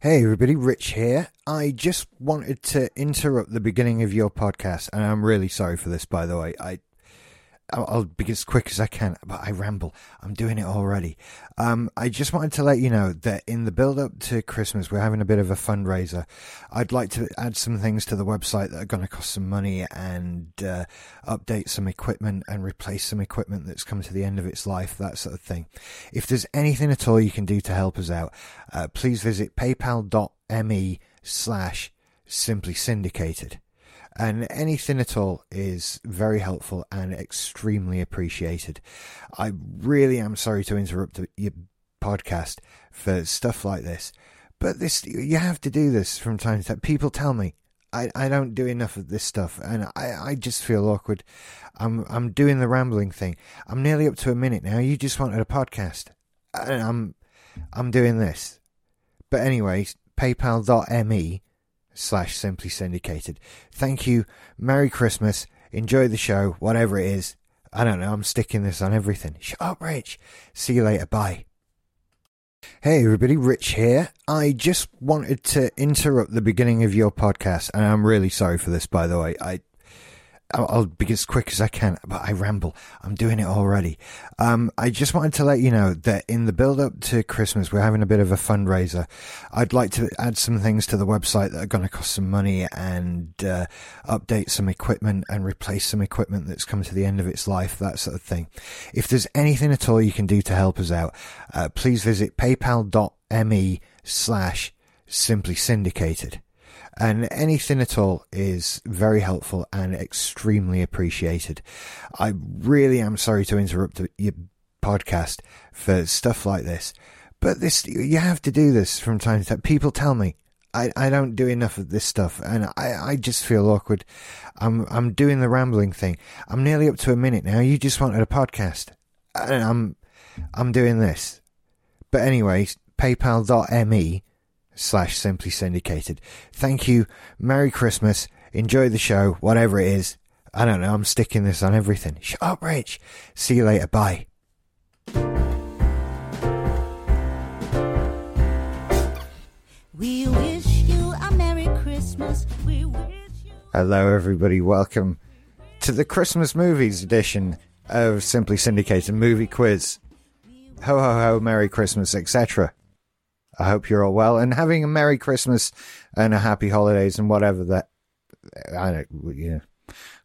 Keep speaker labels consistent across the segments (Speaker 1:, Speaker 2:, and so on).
Speaker 1: Hey everybody, Rich here. I just wanted to interrupt the beginning of your podcast, and I'm really sorry for this, by the way. I I'll I'll be as quick as I can, but I ramble. I'm doing it already. Um, I just wanted to let you know that in the build up to Christmas, we're having a bit of a fundraiser. I'd like to add some things to the website that are going to cost some money and uh, update some equipment and replace some equipment that's come to the end of its life, that sort of thing. If there's anything at all you can do to help us out, uh, please visit paypal.me slash simply syndicated and anything at all is very helpful and extremely appreciated. I really am sorry to interrupt your podcast for stuff like this, but this you have to do this from time to time. People tell me I, I don't do enough of this stuff, and I, I just feel awkward. I'm I'm doing the rambling thing. I'm nearly up to a minute now. You just wanted a podcast, and I'm I'm doing this. But anyway, PayPal.me slash simply syndicated. Thank you. Merry Christmas. Enjoy the show, whatever it is. I don't know. I'm sticking this on everything. Shut up, Rich. See you later. Bye. Hey, everybody. Rich here. I just wanted to interrupt the beginning of your podcast, and I'm really sorry for this, by the way. I. I'll- I'll be as quick as I can, but I ramble. I'm doing it already. Um, I just wanted to let you know that in the build up to Christmas, we're having a bit of a fundraiser. I'd like to add some things to the website that are going to cost some money and uh, update some equipment and replace some equipment that's come to the end of its life, that sort of thing. If there's anything at all you can do to help us out, uh, please visit paypal.me slash simply syndicated and anything at all is very helpful and extremely appreciated. I really am sorry to interrupt your podcast for stuff like this, but this you have to do this from time to time. People tell me I, I don't do enough of this stuff, and I, I just feel awkward. I'm I'm doing the rambling thing. I'm nearly up to a minute now. You just wanted a podcast, and I'm I'm doing this. But anyway, PayPal.me slash simply syndicated. Thank you. Merry Christmas. Enjoy the show, whatever it is. I don't know. I'm sticking this on everything. Shut up, Rich. See you later. Bye.
Speaker 2: We wish you a Merry Christmas. We wish you.
Speaker 1: Hello, everybody. Welcome to the Christmas movies edition of Simply Syndicated Movie Quiz. Ho ho ho, Merry Christmas, etc. I hope you're all well and having a Merry Christmas and a Happy Holidays and whatever that. I don't, yeah.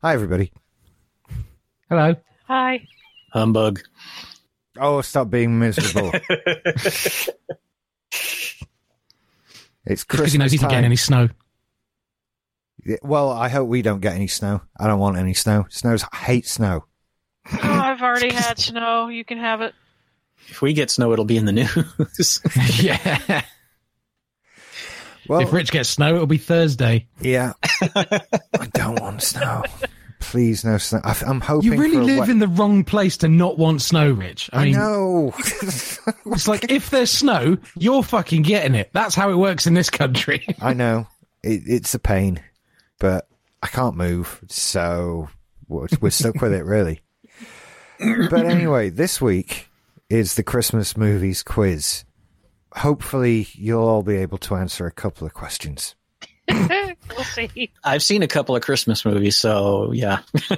Speaker 1: Hi, everybody.
Speaker 3: Hello.
Speaker 4: Hi.
Speaker 5: Humbug.
Speaker 1: Oh, stop being miserable. it's
Speaker 3: Because he knows
Speaker 1: Christmas
Speaker 3: he didn't get
Speaker 1: time.
Speaker 3: any snow.
Speaker 1: Yeah, Well, I hope we don't get any snow. I don't want any snow. Snows I hate snow.
Speaker 4: Oh, I've already had snow. You can have it.
Speaker 5: If we get snow, it'll be in the news.
Speaker 3: yeah.
Speaker 1: Well,
Speaker 3: if Rich gets snow, it'll be Thursday.
Speaker 1: yeah, I don't want snow. Please, no snow. I, am hoping
Speaker 3: You really
Speaker 1: for a
Speaker 3: live
Speaker 1: wet-
Speaker 3: in the wrong place to not want snow, Rich. I
Speaker 1: I
Speaker 3: mean,
Speaker 1: know.
Speaker 3: it's like if there's snow, you're fucking getting it. That's how it works in this country.
Speaker 1: I know. It, it's a pain, but I can't move, so we're, we're stuck with it, really. But anyway, this week is the Christmas movies quiz. Hopefully, you'll all be able to answer a couple of questions.
Speaker 4: we'll see.
Speaker 5: I've seen a couple of Christmas movies, so yeah.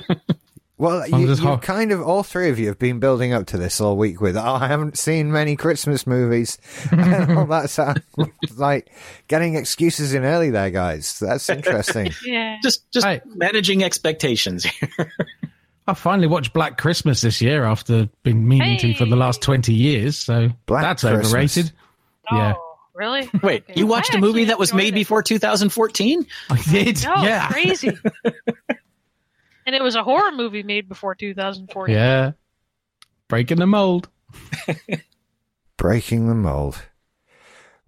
Speaker 1: Well,
Speaker 3: I'm
Speaker 1: you,
Speaker 3: just
Speaker 1: you
Speaker 3: ho-
Speaker 1: kind of all three of you have been building up to this all week with, oh, I haven't seen many Christmas movies and all that. So like getting excuses in early there, guys. That's interesting.
Speaker 4: Yeah.
Speaker 5: Just just
Speaker 3: Hey.
Speaker 5: managing expectations here.
Speaker 3: I finally watched Black Christmas this year after being meaning to for the last 20 years, so
Speaker 1: Black
Speaker 3: that's
Speaker 1: Christmas.
Speaker 3: overrated. Yeah.
Speaker 4: Oh, really?
Speaker 5: Wait,
Speaker 4: Okay.
Speaker 5: you watched
Speaker 4: I
Speaker 5: a movie
Speaker 4: actually
Speaker 5: that was
Speaker 4: enjoyed
Speaker 5: made
Speaker 4: it.
Speaker 5: before 2014?
Speaker 3: I did.
Speaker 4: No,
Speaker 3: yeah.
Speaker 4: crazy. and it was a horror movie made before 2014.
Speaker 3: Yeah. Breaking the mold.
Speaker 1: Breaking the mold.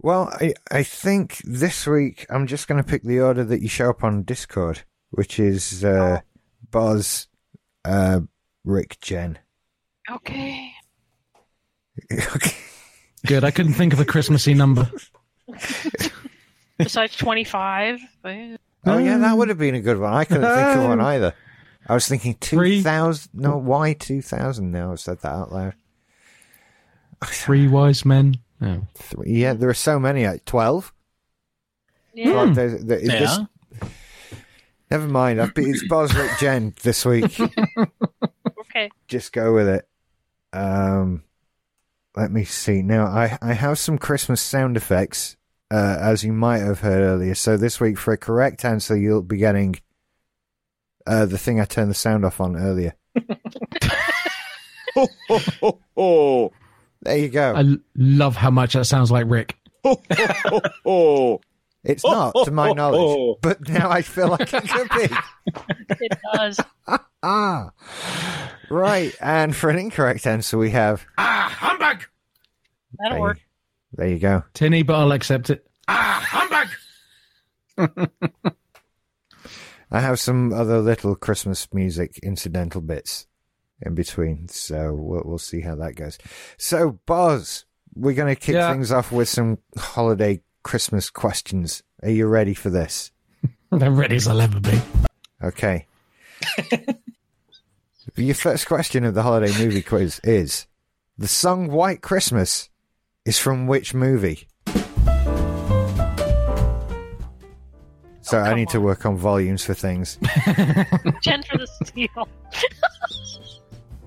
Speaker 1: Well, I, I think this week I'm just going to pick the order that you show up on Discord, which is uh, Boz, uh, Rick, Jen.
Speaker 4: Okay.
Speaker 1: okay.
Speaker 3: Good. I couldn't think of a Christmassy number.
Speaker 4: Besides 25. eh,
Speaker 1: Oh yeah, that would have been a good one. I couldn't think of one either. I was thinking
Speaker 3: Three.
Speaker 1: two thousand. No, why two thousand? Now I've said that out loud.
Speaker 3: Three wise men. Oh.
Speaker 1: Three. Yeah, there are so many. Like twelve.
Speaker 4: Yeah.
Speaker 1: God, there's- there-
Speaker 5: Yeah.
Speaker 1: this- never mind. I've been, it's Boswick Jen this week.
Speaker 4: Okay.
Speaker 1: Just go with it. Um, let me see. Now, I, I have some Christmas sound effects, uh, as you might have heard earlier. So this week, for a correct answer, you'll be getting uh, the thing I turned the sound off on earlier.
Speaker 6: Ho, ho, ho, ho.
Speaker 1: There you go.
Speaker 3: I l- love how much that sounds like Rick.
Speaker 6: Ho, ho, ho, ho.
Speaker 1: It's not, to my knowledge. But now I feel like it could be.
Speaker 4: It does.
Speaker 1: Ah. Right. And for an incorrect answer, we have.
Speaker 3: Ah, humbug!
Speaker 4: That'll
Speaker 1: There
Speaker 4: work.
Speaker 1: you- There you go.
Speaker 3: Tinny, but I'll accept it.
Speaker 6: Ah, humbug!
Speaker 1: I have some other little Christmas music incidental bits in between, so we'll, we'll see how that goes. So, Boz, we're going to kick
Speaker 3: Yeah.
Speaker 1: things off with some holiday Christmas questions. Are you ready for this?
Speaker 3: I'm ready as I'll ever be.
Speaker 1: Okay. Your first question of the holiday movie quiz is The song White Christmas is from which movie? So I
Speaker 4: Oh, come
Speaker 1: need to
Speaker 4: on.
Speaker 1: work on volumes for things.
Speaker 4: Jen for the steal.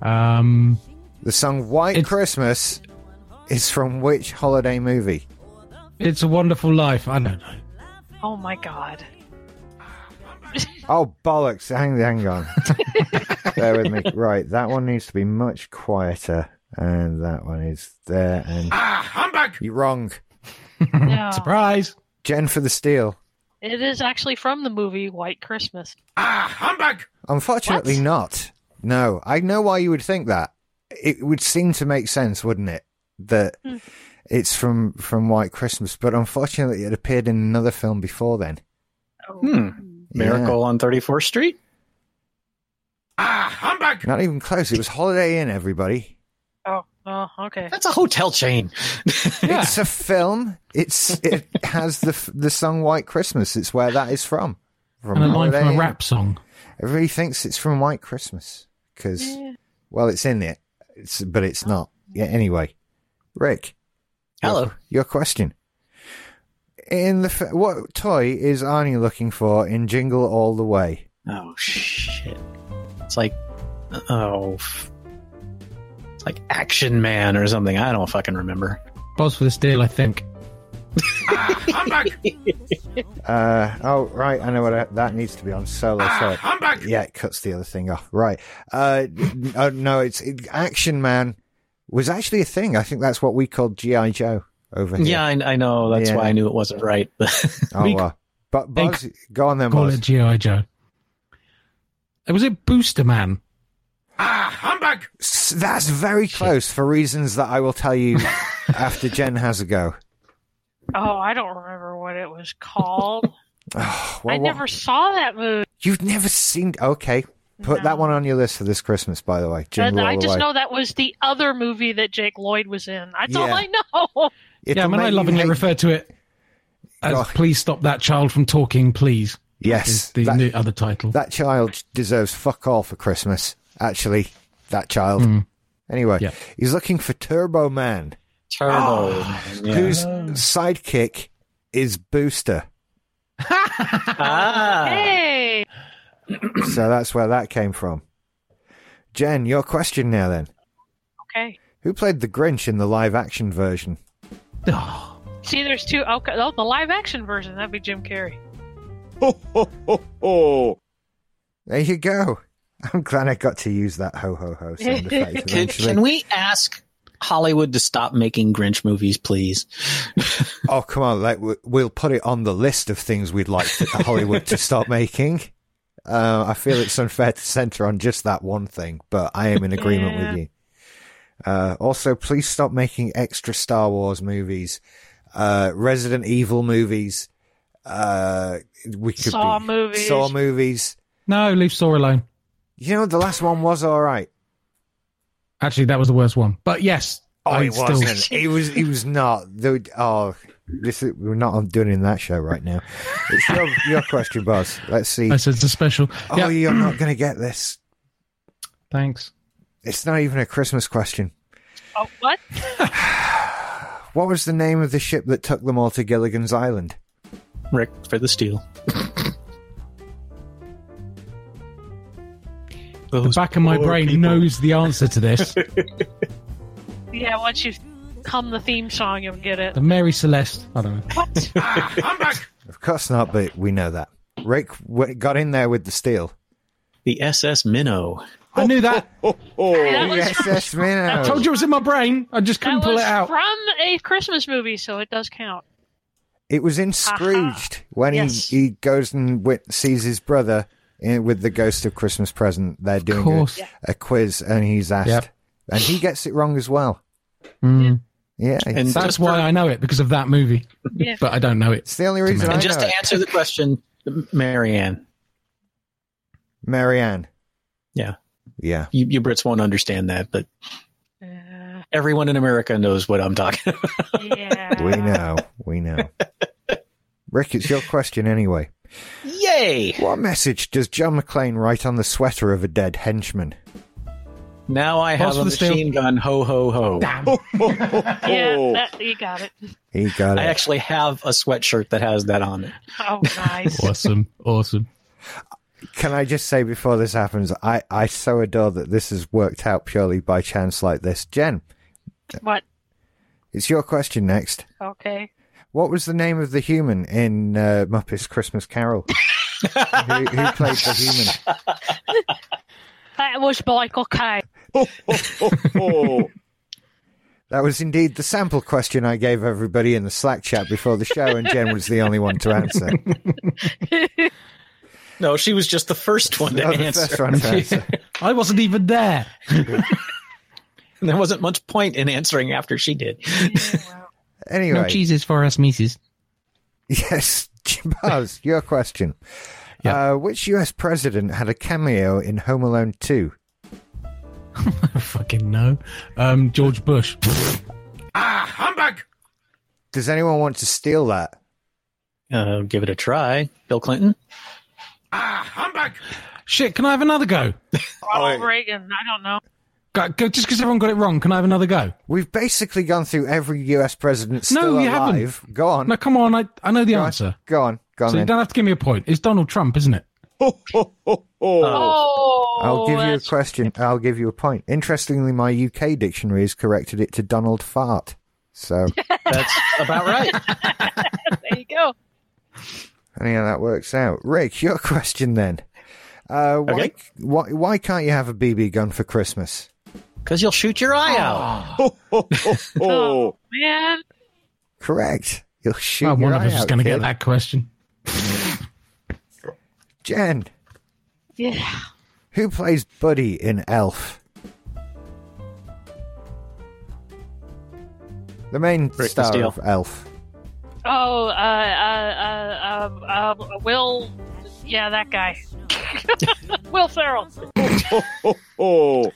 Speaker 3: Um,
Speaker 1: The song White
Speaker 3: It's-
Speaker 1: Christmas is from which holiday movie?
Speaker 3: it's a wonderful life. I don't know.
Speaker 4: Oh my god.
Speaker 1: Oh, bollocks. Hang, hang on. Bear with me. Right, that one needs to be much quieter. And that one is there. And
Speaker 6: Ah, humbug!
Speaker 1: you're wrong.
Speaker 4: No.
Speaker 3: Surprise!
Speaker 1: Jen for the Steel.
Speaker 4: It is actually from the movie White Christmas.
Speaker 6: Ah, humbug!
Speaker 1: Unfortunately,
Speaker 4: What?
Speaker 1: not. No, I know why you would think that. It would seem to make sense, wouldn't it? That it's from from White Christmas, but unfortunately, it appeared in another film before then.
Speaker 4: Oh.
Speaker 5: Hmm.
Speaker 1: Yeah.
Speaker 5: Miracle on 34th Street?
Speaker 6: Ah, humbug!
Speaker 1: Not even close. It was Holiday Inn. Everybody.
Speaker 4: Oh, oh, okay.
Speaker 5: That's a hotel chain.
Speaker 3: Yeah.
Speaker 1: It's a film. It's it has the f- the song White Christmas. It's where that is from. From
Speaker 3: And a line from
Speaker 1: Holiday
Speaker 3: a
Speaker 1: Inn.
Speaker 3: rap song.
Speaker 1: Everybody thinks it's from White Christmas because
Speaker 4: Yeah.
Speaker 1: well, it's in it. It's but it's not. Yeah. Anyway, Rick.
Speaker 5: Hello.
Speaker 1: Your, your question. In the f- what toy is Arnie looking for in Jingle All the Way?
Speaker 5: Oh, shit. It's like, oh, f- it's like Action Man or something. I don't fucking remember.
Speaker 3: Boss for the steal, I think.
Speaker 6: Humbug!
Speaker 1: Uh, oh, right, I know what I, that needs to be on solo. Sorry.
Speaker 4: Ah,
Speaker 6: Humbug!
Speaker 1: Yeah, it cuts the other thing off. Right. Uh, n- oh, no, it's it, Action Man was actually a thing. I think that's what we called GI Joe over here.
Speaker 5: Yeah, I, I know. That's
Speaker 1: Yeah.
Speaker 5: why I knew it wasn't right. But
Speaker 1: Oh,
Speaker 3: we-
Speaker 1: well. But Buzz, go on then,
Speaker 3: Call
Speaker 1: Buzz.
Speaker 3: it G.I. Joe. Uh, Was it Booster Man?
Speaker 6: Ah, humbug!
Speaker 1: S- That's very close for reasons that I will tell you after Jen has a go.
Speaker 4: Oh, I don't remember what it was called.
Speaker 1: Oh, well,
Speaker 4: I
Speaker 1: what-
Speaker 4: never saw that movie.
Speaker 1: You've never seen. Okay, put that
Speaker 4: No.
Speaker 1: one on your list for this Christmas. By the way,
Speaker 4: And
Speaker 1: Jingle
Speaker 4: I
Speaker 1: All the
Speaker 4: just
Speaker 1: Way.
Speaker 4: know that was the other movie that Jake Lloyd was in. That's all
Speaker 1: Yeah.
Speaker 4: I know.
Speaker 1: It'll
Speaker 3: yeah, I mean,
Speaker 1: make
Speaker 3: I
Speaker 1: you
Speaker 3: lovingly
Speaker 1: hate-
Speaker 3: refer to it as
Speaker 1: God.
Speaker 3: Please Stop That Child from Talking, Please.
Speaker 1: Yes,
Speaker 3: Is the
Speaker 1: that,
Speaker 3: new other title.
Speaker 1: that child deserves fuck all for Christmas. Actually, that child. Anyway,
Speaker 3: Yeah.
Speaker 1: he's looking for Turbo Man,
Speaker 5: Turbo.
Speaker 1: Ah,
Speaker 5: yeah.
Speaker 1: whose sidekick is Booster.
Speaker 3: Uh.
Speaker 5: ah,
Speaker 4: Hey,
Speaker 1: so that's where that came from. Jen, your question now then.
Speaker 4: okay.
Speaker 1: Who played the Grinch in the live action version?
Speaker 3: Oh,
Speaker 4: See, there's two. Okay, oh, the live action version. That'd be Jim Carrey.
Speaker 6: Ho, ho, ho, ho.
Speaker 1: There you go. I'm glad I got to use that ho ho ho sound effect
Speaker 5: can,
Speaker 1: eventually.
Speaker 5: can we ask Hollywood to stop making Grinch movies, please?
Speaker 1: Oh come on! Like we- we'll put it on the list of things we'd like to, Hollywood to stop making. Uh, I feel it's unfair to center on just that one thing, but I am in agreement with
Speaker 4: Yeah.
Speaker 1: you. Uh, also, please stop making extra Star Wars movies, uh, Resident Evil movies. Uh, we could
Speaker 4: Saw
Speaker 1: be,
Speaker 4: movies.
Speaker 1: Saw movies.
Speaker 3: no, leave Saw alone.
Speaker 1: You know, the last one was all right.
Speaker 3: Actually, that was the worst one. But yes, I
Speaker 1: Oh, it
Speaker 3: still.
Speaker 1: wasn't. It was. It was not. Though- Oh, this is, we're not doing in that show right now. It's your, your question, boss. Let's see.
Speaker 3: I said it's a special.
Speaker 1: Oh,
Speaker 3: yeah,
Speaker 1: you're not going to get this.
Speaker 3: thanks.
Speaker 1: It's not even a Christmas question.
Speaker 4: Oh, what?
Speaker 1: What was the name of the ship that took them all to Gilligan's Island?
Speaker 5: Rick for the steal.
Speaker 3: The back of my
Speaker 5: poor
Speaker 3: brain
Speaker 5: people.
Speaker 3: knows the answer to this.
Speaker 4: Yeah, once you hum the theme song, you'll get it.
Speaker 3: the Mary Celeste. I don't know.
Speaker 4: What?
Speaker 6: Ah, humbug!
Speaker 1: Of course not, but we know that. Rick w- got in there with the steel.
Speaker 5: The SS Minnow.
Speaker 3: I knew that.
Speaker 6: Ho, ho.
Speaker 4: That was
Speaker 1: Yes,
Speaker 4: from-
Speaker 1: yes, Minnow.
Speaker 3: I told you it was in my brain. I just couldn't
Speaker 4: That
Speaker 3: pull
Speaker 4: was
Speaker 3: it out.
Speaker 4: from a Christmas movie, so it does count.
Speaker 1: It was in Scrooged when
Speaker 4: Yes.
Speaker 1: he, he goes and wit- sees his brother in, with the Ghost of Christmas Present. They're doing a,
Speaker 3: course.
Speaker 1: a quiz and he's asked.
Speaker 3: Yep.
Speaker 1: And he gets it wrong as well.
Speaker 3: Mm.
Speaker 1: Yeah.
Speaker 5: And
Speaker 1: it's-
Speaker 5: just
Speaker 3: That's
Speaker 5: for-
Speaker 3: why I know it because of that movie.
Speaker 4: Yeah.
Speaker 3: But I don't know it.
Speaker 1: it's the only reason I
Speaker 5: And just
Speaker 1: know
Speaker 5: to
Speaker 1: it.
Speaker 5: answer the question, Marianne,
Speaker 1: Marianne.
Speaker 5: Yeah.
Speaker 1: Yeah.
Speaker 5: you, you Brits won't understand that, but
Speaker 4: Uh,
Speaker 5: everyone in America knows what I'm talking about.
Speaker 4: yeah.
Speaker 1: We know. We know. Rick, it's your question anyway.
Speaker 5: Yay!
Speaker 1: What message does John McClane write on the sweater of a dead henchman?
Speaker 5: Now I have
Speaker 3: Pause for
Speaker 5: a
Speaker 3: the steal.
Speaker 5: machine gun. Ho, ho, ho.
Speaker 1: Oh.
Speaker 4: Yeah, that, you got it.
Speaker 1: He got it.
Speaker 5: I actually have a sweatshirt that has that on it.
Speaker 4: Oh, nice.
Speaker 3: Awesome. awesome.
Speaker 1: Can I just say before this happens, I, I so adore that this has worked out purely by chance like this. Jen,
Speaker 4: what?
Speaker 1: it's your question next.
Speaker 4: Okay.
Speaker 1: What was the name of the human in uh, Muppet's Christmas Carol? who, who played the human?
Speaker 4: That was Michael Caine.
Speaker 6: Oh,
Speaker 1: That was indeed the sample question I gave everybody in the Slack chat before the show, and Jen was the only one to answer.
Speaker 5: No, she was just the first one to
Speaker 1: Oh, the
Speaker 5: answer.
Speaker 1: first one to answer.
Speaker 3: I wasn't even there.
Speaker 5: There wasn't much point in answering after she did.
Speaker 1: Anyway,
Speaker 3: cheeses for us, Mises.
Speaker 1: yes, Buzz, your question. Uh, which US president had a cameo in Home Alone 2?
Speaker 3: Fucking no. Um, George Bush.
Speaker 6: ah, humbug!
Speaker 1: Does anyone want to steal that?
Speaker 5: Uh, give it a try. Bill Clinton?
Speaker 6: Ah, humbug!
Speaker 3: Shit, can I have another go?
Speaker 4: Ronald Reagan. I don't know.
Speaker 3: go, go just because everyone got it wrong, can I have another go?
Speaker 1: We've basically gone through every US president still
Speaker 3: No, you haven't.
Speaker 1: alive. Go on.
Speaker 3: No, come on. I, I know the
Speaker 1: go on.
Speaker 3: answer.
Speaker 1: Go on. Go on
Speaker 3: So you
Speaker 1: then.
Speaker 3: don't have to give me a point. It's Donald Trump, isn't it?
Speaker 6: Ho, ho, ho, ho.
Speaker 4: Oh,
Speaker 1: I'll give you a
Speaker 4: that's-
Speaker 1: question. I'll give you a point. Interestingly, my UK dictionary has corrected it to Donald Fart. So,
Speaker 5: That's about right.
Speaker 4: There you go.
Speaker 1: anyhow, that works out. Rick, your question then. Uh, why,
Speaker 5: Okay.
Speaker 1: why, why can't you have a BB gun for Christmas?
Speaker 5: Because you'll shoot your eye out.
Speaker 6: Ho, ho, ho.
Speaker 4: Oh, man.
Speaker 1: Correct. You'll shoot
Speaker 3: Well,
Speaker 1: your
Speaker 3: Oh, one of
Speaker 1: eye
Speaker 3: us is
Speaker 1: out,
Speaker 3: going to
Speaker 1: kid.
Speaker 3: get that question.
Speaker 1: Jen,
Speaker 4: Yeah.
Speaker 1: who plays Buddy in Elf? The main
Speaker 5: Rick
Speaker 1: star
Speaker 5: Steele.
Speaker 1: of Elf.
Speaker 4: Oh, uh, uh, uh, uh, uh, Will. Yeah, that guy. Will Ferrell.
Speaker 6: Oh,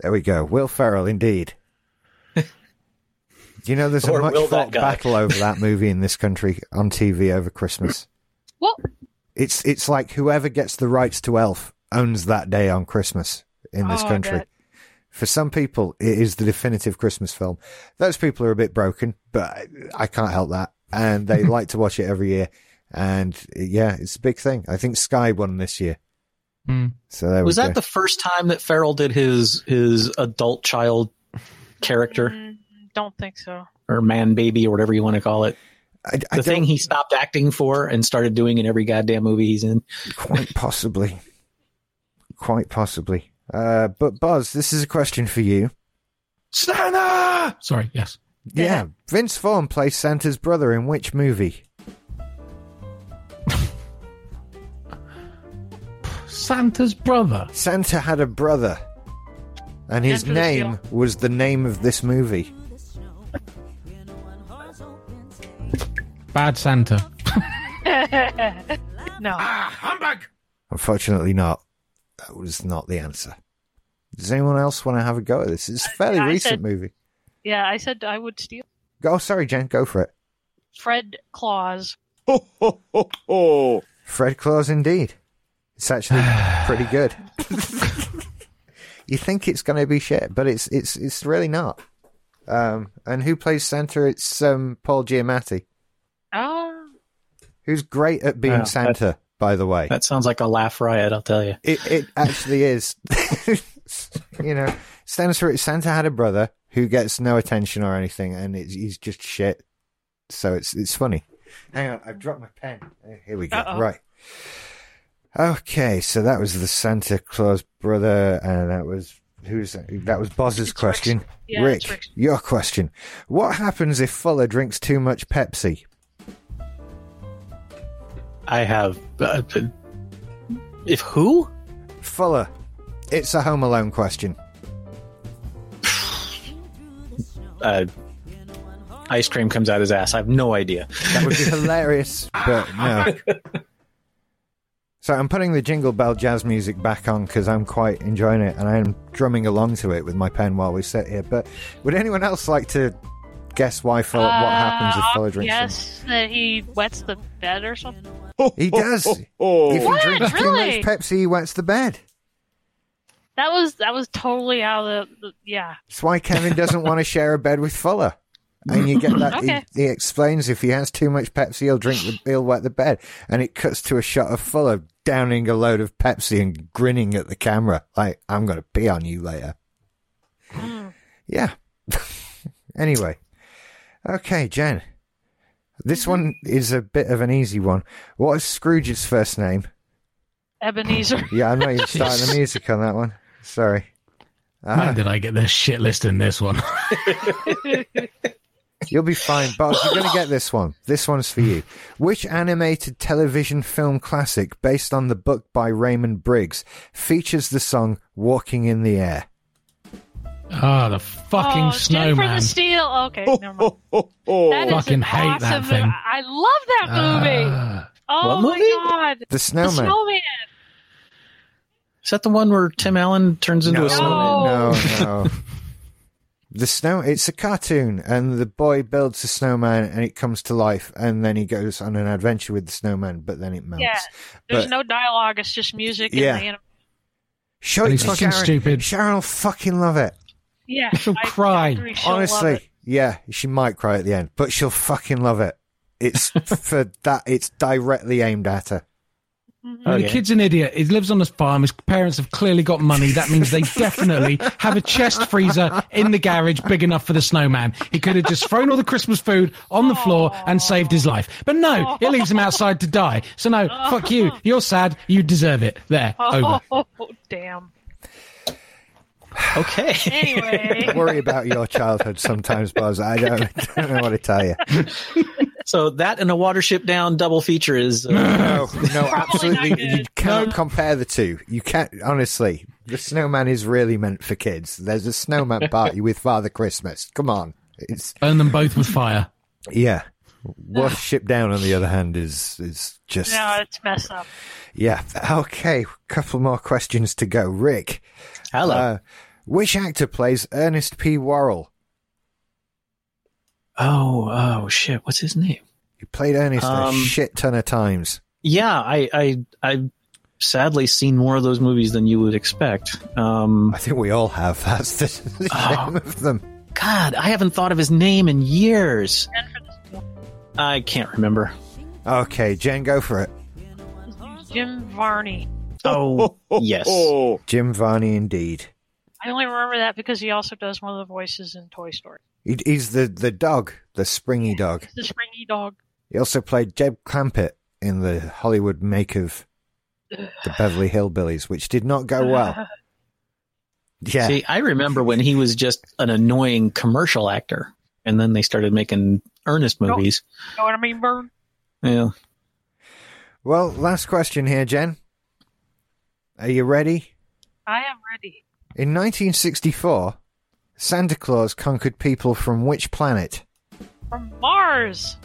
Speaker 1: There we go. Will Ferrell, indeed. Do you know there's a
Speaker 5: Or
Speaker 1: much
Speaker 5: will that
Speaker 1: fought
Speaker 5: guy.
Speaker 1: battle over that movie in this country on TV over Christmas?
Speaker 4: What?
Speaker 1: It's it's like whoever gets the rights to Elf owns that day on Christmas in this
Speaker 4: Oh, I
Speaker 1: country.
Speaker 4: bet.
Speaker 1: For some people, it is the definitive Christmas film. Those people are a bit broken, but I, I can't help that, and they like to watch it every year. And yeah, it's a big thing. I think Sky won this year,
Speaker 3: Hmm.
Speaker 1: so there
Speaker 5: Was
Speaker 1: we
Speaker 5: that
Speaker 1: go.
Speaker 5: the first time that Farrell did his his adult child character
Speaker 1: Mm-hmm.
Speaker 4: Mm, don't think so.
Speaker 5: or man baby or whatever you want to call it?
Speaker 1: I- I
Speaker 5: The thing
Speaker 1: don't-
Speaker 5: he stopped acting for and started doing in every goddamn movie he's in.
Speaker 1: Quite possibly. Quite possibly. Uh, but Buzz, this is a question for you.
Speaker 6: Santa!
Speaker 3: Sorry, yes.
Speaker 1: Yeah. Vince Vaughn plays Santa's brother in which movie?
Speaker 3: Santa's brother.
Speaker 1: Santa had a brother, and his
Speaker 4: Santa's
Speaker 1: name was the name of this movie.
Speaker 3: Bad Santa.
Speaker 4: No.
Speaker 6: Ah, humbug!
Speaker 1: Unfortunately, not. That was not the answer. Does anyone else want to have a go at this? It's a fairly
Speaker 4: I
Speaker 1: recent
Speaker 4: said-
Speaker 1: movie.
Speaker 4: Yeah, I said I would steal
Speaker 1: Go, oh, sorry, Jen, go for it.
Speaker 4: Fred Claus.
Speaker 6: Ho, ho, ho, ho.
Speaker 1: Fred Claus, indeed. It's actually pretty good. you think it's going to be shit, but it's it's it's really not.
Speaker 3: Ah.
Speaker 1: Um, and who plays Santa? It's um, Paul Giamatti.
Speaker 4: Oh,
Speaker 1: who's great at being
Speaker 5: Yeah, that-
Speaker 1: Santa, by the way.
Speaker 5: That sounds like a laugh riot, I'll tell you.
Speaker 1: It, it actually is. you know, Santa, Santa had a brother who gets no attention or anything, and it's, he's just shit. So it's it's funny. Hang on, I've dropped my pen. Uh, Here we go.
Speaker 4: Uh-oh.
Speaker 1: Right. Okay, so that was the Santa Claus brother, and that was who's that? That was Boz's
Speaker 4: It's Rick's-
Speaker 1: question.
Speaker 4: yeah, it's
Speaker 1: Rick,
Speaker 4: Rick's.
Speaker 1: your question: What happens if Fuller drinks too much Pepsi?
Speaker 5: I have. Uh, if who?
Speaker 1: Fuller, it's a Home Alone question.
Speaker 5: Uh, ice cream comes out his ass. I have no idea.
Speaker 1: That would be hilarious, but no. So I'm putting the jingle bell jazz music back on because I'm quite enjoying it, and I'm drumming along to it with my pen while we sit here. But would anyone else like to guess why Fuller, what happens if
Speaker 4: Uh,
Speaker 1: Fuller drinks? too much?
Speaker 4: Yes, that he wets the bed or something.
Speaker 1: He does.
Speaker 6: Oh,
Speaker 1: If
Speaker 4: What?
Speaker 1: he drinks
Speaker 4: Really?
Speaker 1: too much Pepsi, he wets the bed.
Speaker 4: That was that was totally how the, the yeah.
Speaker 1: That's why Kevin doesn't want to share a bed with Fuller. And you get that
Speaker 4: Okay.
Speaker 1: he, he explains if he has too much Pepsi, he'll drink, the, he'll wet the bed. And it cuts to a shot of Fuller downing a load of Pepsi and grinning at the camera like, "I'm going to pee on you later." Yeah. anyway, okay, Jen. This one is a bit of an easy one. What is Scrooge's first name?
Speaker 4: Ebenezer.
Speaker 1: Yeah, I'm not even starting the music on that one. Sorry.
Speaker 3: Man, did I get the shit list in this one?
Speaker 1: You'll be fine, Bob. You're going to get this one. This one's for you. Which animated television film classic, based on the book by Raymond Briggs, features the song "Walking in the Air"?
Speaker 3: oh, the fucking
Speaker 4: oh,
Speaker 3: snowman.
Speaker 4: for the Steel. Okay, never mind. That is
Speaker 3: Fucking
Speaker 4: an
Speaker 3: hate that
Speaker 4: awesome.
Speaker 3: thing.
Speaker 4: I love that movie.
Speaker 3: Ah.
Speaker 4: oh
Speaker 5: What
Speaker 4: my
Speaker 5: movie?
Speaker 4: god,
Speaker 1: The
Speaker 4: the
Speaker 1: Snowman.
Speaker 4: Snowman.
Speaker 5: Is that the one where Tim Allen turns into a snowman?
Speaker 1: no,
Speaker 4: snowman.
Speaker 1: no. the snow. It's a cartoon, and the boy builds a snowman, and it comes to life, and then he goes on an adventure with the snowman, but then it melts.
Speaker 4: Yeah, there's
Speaker 1: But-
Speaker 4: no dialogue. It's just music.
Speaker 1: Yeah.
Speaker 4: And the anim-
Speaker 1: Show it
Speaker 3: And he's
Speaker 1: to
Speaker 3: fucking
Speaker 1: Sharon.
Speaker 3: stupid.
Speaker 1: Sharon will fucking love it.
Speaker 4: yeah.
Speaker 3: She'll
Speaker 4: I-
Speaker 3: cry.
Speaker 4: I agree, she'll love it.
Speaker 1: Honestly, yeah, she might cry at the end, but she'll fucking love it. It's for that. It's directly aimed at her.
Speaker 3: I mean, The
Speaker 5: Okay.
Speaker 3: kid's an idiot. He lives on a farm. His parents have clearly got money. That means they definitely have a chest freezer in the garage big enough for the snowman. He could have just thrown all the Christmas food on the floor and saved his life. But no, it leaves him outside to die. So no, fuck you. You're sad. You deserve it. There. Over.
Speaker 4: Oh, damn.
Speaker 5: Okay.
Speaker 4: Anyway,
Speaker 1: Worry about your childhood sometimes, Buzz. I don't, don't know what to tell you.
Speaker 5: So that and a Watership Down double feature is. Uh,
Speaker 1: No, no, absolutely.
Speaker 4: not
Speaker 1: You
Speaker 4: good.
Speaker 1: can't compare the two. You can't. Honestly, the snowman is really meant for kids. There's a snowman party with Father Christmas. Come on, it's
Speaker 3: Burn them both with fire.
Speaker 1: yeah. Worship down. On the other hand, is is just
Speaker 4: no, it's messed up.
Speaker 1: yeah. Okay, couple more questions to go, Rick.
Speaker 5: hello.
Speaker 1: Uh, which actor plays Ernest P. Worrell?
Speaker 5: oh, oh, shit. What's his name?
Speaker 1: He played Ernest
Speaker 5: Um,
Speaker 1: a shit ton of times.
Speaker 5: Yeah, I, I, I've sadly seen more of those movies than you would expect. Um,
Speaker 1: I think we all have. That's the, the shame of them.
Speaker 5: God, I haven't thought of his name in years.
Speaker 4: And for the Steel.
Speaker 5: I can't remember.
Speaker 1: Okay, Jen, go for it.
Speaker 4: Jim Varney.
Speaker 5: Oh, yes.
Speaker 6: Oh,
Speaker 1: Jim Varney, indeed.
Speaker 4: I only remember that because he also does one of the voices in Toy Story.
Speaker 1: He, he's the, the dog, the springy dog.
Speaker 4: The springy dog.
Speaker 1: He also played Jeb Clampett in the Hollywood make of the Beverly Hillbillies, which did not go well. Yeah,
Speaker 5: See, I remember when he was just an annoying commercial actor, and then they started making earnest
Speaker 4: Nope.
Speaker 5: movies.
Speaker 4: You know what I mean, Bird?
Speaker 5: Yeah.
Speaker 1: Well, last question here, Jen. Are you ready?
Speaker 4: I am ready.
Speaker 1: In 1964, Santa Claus conquered people from which planet?
Speaker 4: From Mars.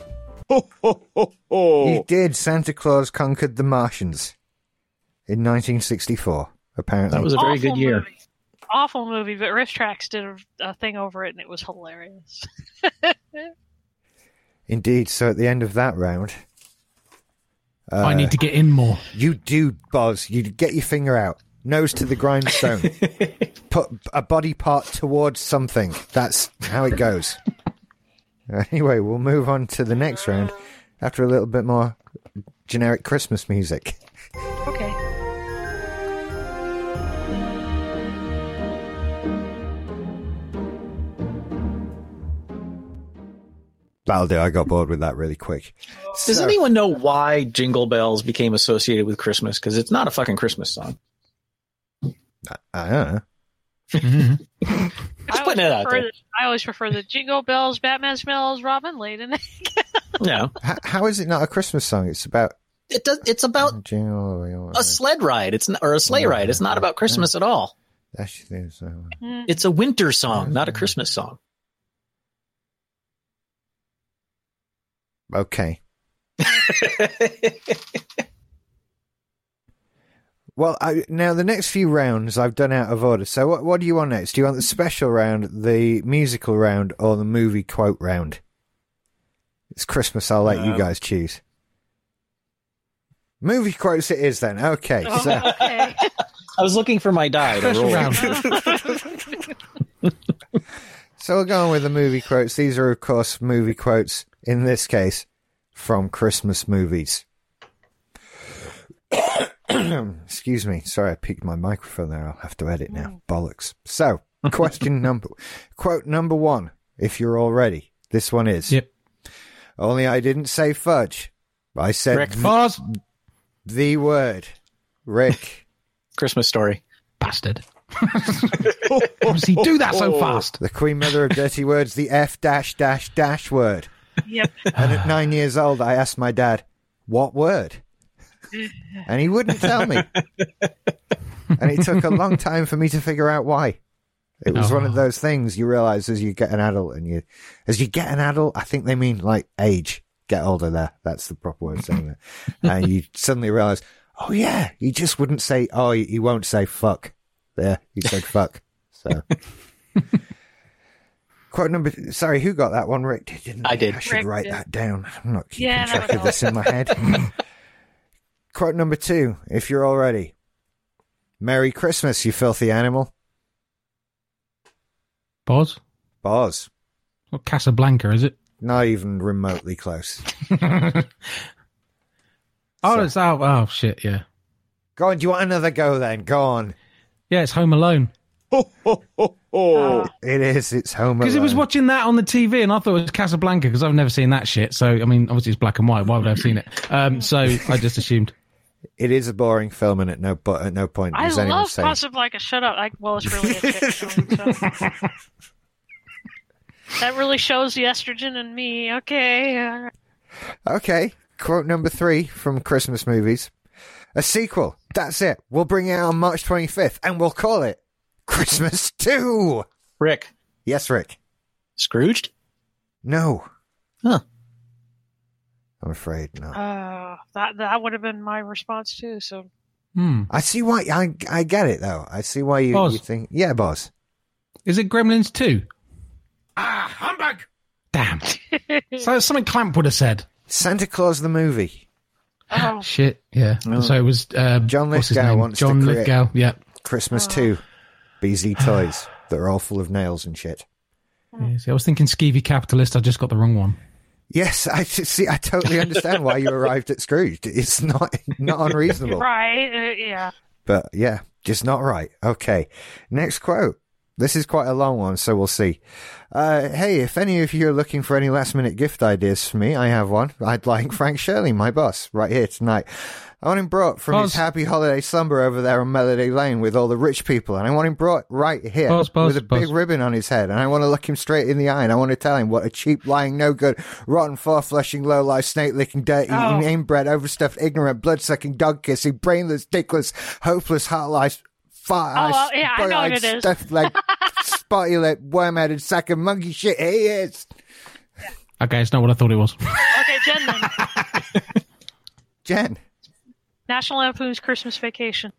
Speaker 1: He did. Santa Claus conquered the Martians in 1964, apparently.
Speaker 5: That was a very good year.
Speaker 4: Movie. Awful movie, but Riff Trax did a, a thing over it, and it was hilarious.
Speaker 1: Indeed. So at the end of that round,
Speaker 3: I need to get in more.
Speaker 1: you do, Boz. You get your finger out, nose to the grindstone, put a body part towards something. That's how it goes. anyway, we'll move on to the next round after a little bit more generic Christmas music.
Speaker 4: Okay.
Speaker 1: That'll do. I got bored with that really quick.
Speaker 5: Does
Speaker 1: So-
Speaker 5: anyone know why Jingle Bells became associated with Christmas? Because it's not a fucking Christmas song.
Speaker 1: I don't know.
Speaker 5: Just
Speaker 4: I
Speaker 5: putting
Speaker 4: always
Speaker 5: it out
Speaker 4: prefer
Speaker 5: there.
Speaker 4: the- I always prefer the Jingle Bells, Batman Smells, Robin Laid an Egg.
Speaker 5: No,
Speaker 1: How, how is it not a Christmas song? It's about
Speaker 5: it does. It's about Oh. a sled ride. It's not, or a sleigh ride. It's not about Christmas at all.
Speaker 1: Actually, so-
Speaker 3: Mm.
Speaker 5: It's a winter song, not a Christmas song.
Speaker 1: Okay. Well, I, now the next few rounds I've done out of order. So, what, what do you want next? Do you want the special round, the musical round, or the movie quote round? It's Christmas. I'll let you
Speaker 6: Um,
Speaker 1: guys choose. Movie quotes, it is then. Okay. So,
Speaker 4: Oh, okay.
Speaker 5: I was looking for my die to
Speaker 3: Special
Speaker 5: roll.
Speaker 3: round.
Speaker 1: so we're going with the movie quotes. These are, of course, movie quotes. In this case, from Christmas movies. Excuse me. Sorry, I peaked my microphone there. I'll have to edit now. Bollocks. So, question number, quote number one. If you're all ready, this one is.
Speaker 3: Yep.
Speaker 1: Only I didn't say fudge. I said
Speaker 5: Correct.
Speaker 3: Bars.
Speaker 1: the word. Rick.
Speaker 5: Christmas story.
Speaker 3: Bastard. How does he do that so fast?
Speaker 1: the queen mother of dirty words, the F dash dash dash word.
Speaker 4: yep.
Speaker 1: And at nine years old, I asked my dad, what word? And he wouldn't tell me. and it took a long time for me to figure out why. It was one of
Speaker 3: Oh.
Speaker 1: those things you realize as you get an adult and you, as you get an adult, I think they mean like age, get older there. That's the proper word saying that. and you suddenly realize, oh yeah, he just wouldn't say, oh, he he won't say fuck. There, he said fuck. So. Quote number. Sorry, who got that one? Rick did, didn't
Speaker 5: I
Speaker 1: they?
Speaker 5: did.
Speaker 1: I should
Speaker 4: Rick
Speaker 1: write
Speaker 4: did.
Speaker 1: that down. I'm not keeping
Speaker 4: Yeah, that
Speaker 1: track
Speaker 4: was
Speaker 1: of this in my head. Quote number two. If you're all ready, Merry Christmas, you filthy animal.
Speaker 3: Bars.
Speaker 1: Boz.
Speaker 3: What Casablanca is it?
Speaker 1: Not even remotely close.
Speaker 3: Oh,
Speaker 1: So-
Speaker 3: it's out. Oh shit. Yeah.
Speaker 1: Go on. Do you want another go then? Go on.
Speaker 3: Yeah, it's Home Alone.
Speaker 6: Ho, ho, ho, ho.
Speaker 1: It is. It's home.
Speaker 3: Because it was
Speaker 1: Alone.
Speaker 3: watching that on the TV, and I thought it was Casablanca because I've never seen that shit. So I mean, obviously it's black and white. Why would I have seen it? Um, so I just assumed.
Speaker 1: It is a boring film, and at no but at no point
Speaker 4: I
Speaker 1: does anyone
Speaker 4: love
Speaker 1: say.
Speaker 4: Casablanca. Shut up. I, well, it's really a chick film. So. that really shows the estrogen in me. Okay. all right.
Speaker 1: Okay. Quote number three from Christmas movies. A sequel. That's it. We'll bring it out on March 25th and we'll call it Christmas 2.
Speaker 5: Rick.
Speaker 1: Yes, Rick.
Speaker 5: Scrooged?
Speaker 1: No.
Speaker 5: Huh.
Speaker 1: I'm afraid not.
Speaker 4: Uh, that that would have been my response too. So
Speaker 3: Hmm.
Speaker 1: I see why. I, I get it, though. I see why you,
Speaker 3: Boz.
Speaker 1: you think. Yeah, boss.
Speaker 3: Is it Gremlins two?
Speaker 6: Ah, humbug!
Speaker 3: Damn. so it's something Clamp would have said.
Speaker 1: Santa Claus the movie.
Speaker 4: oh,
Speaker 3: Shit. Yeah. So it was uh,
Speaker 1: John
Speaker 3: what's his
Speaker 1: Lithgow
Speaker 3: name?
Speaker 1: wants to
Speaker 3: John
Speaker 1: create-
Speaker 3: Lithgow. Yeah.
Speaker 1: Christmas 2. BZ toys that are all full of nails and shit.
Speaker 3: Yeah, see, I was thinking skeevy capitalist. I just got the wrong one.
Speaker 1: Yes, I see. I totally understand why you arrived at Scrooged. It's not not unreasonable.
Speaker 4: right. Uh, yeah.
Speaker 1: But yeah, just not right. Okay. Next quote. This is quite a long one, so we'll see. Uh, hey, if any of you are looking for any last minute gift ideas for me, I have one. I'd like Frank Shirley, my boss, right here tonight. I want him brought from his
Speaker 3: Boss.
Speaker 1: happy holiday slumber over there on Melody Lane with all the rich people, and I want him brought right here
Speaker 3: Boss, boss,
Speaker 1: with a big
Speaker 3: boss.
Speaker 1: ribbon on his head, and I want to look him straight in the eye, and I want to tell him what a cheap, lying, no good, rotten, far flushing, low life, snake licking, dirty,
Speaker 4: Oh.
Speaker 1: inbred, overstuffed, ignorant, blood sucking, dog kissing, brainless, dickless, hopeless, heart lies, fire
Speaker 4: Oh,
Speaker 1: eyes,
Speaker 4: well, yeah, I know what it is.
Speaker 1: stuff like spotty lip, worm headed, sack of monkey shit. He is.
Speaker 3: Okay, it's not what I thought it was.
Speaker 4: Okay, Jen. Then.
Speaker 1: Jen.
Speaker 4: National Lampoon's Christmas Vacation.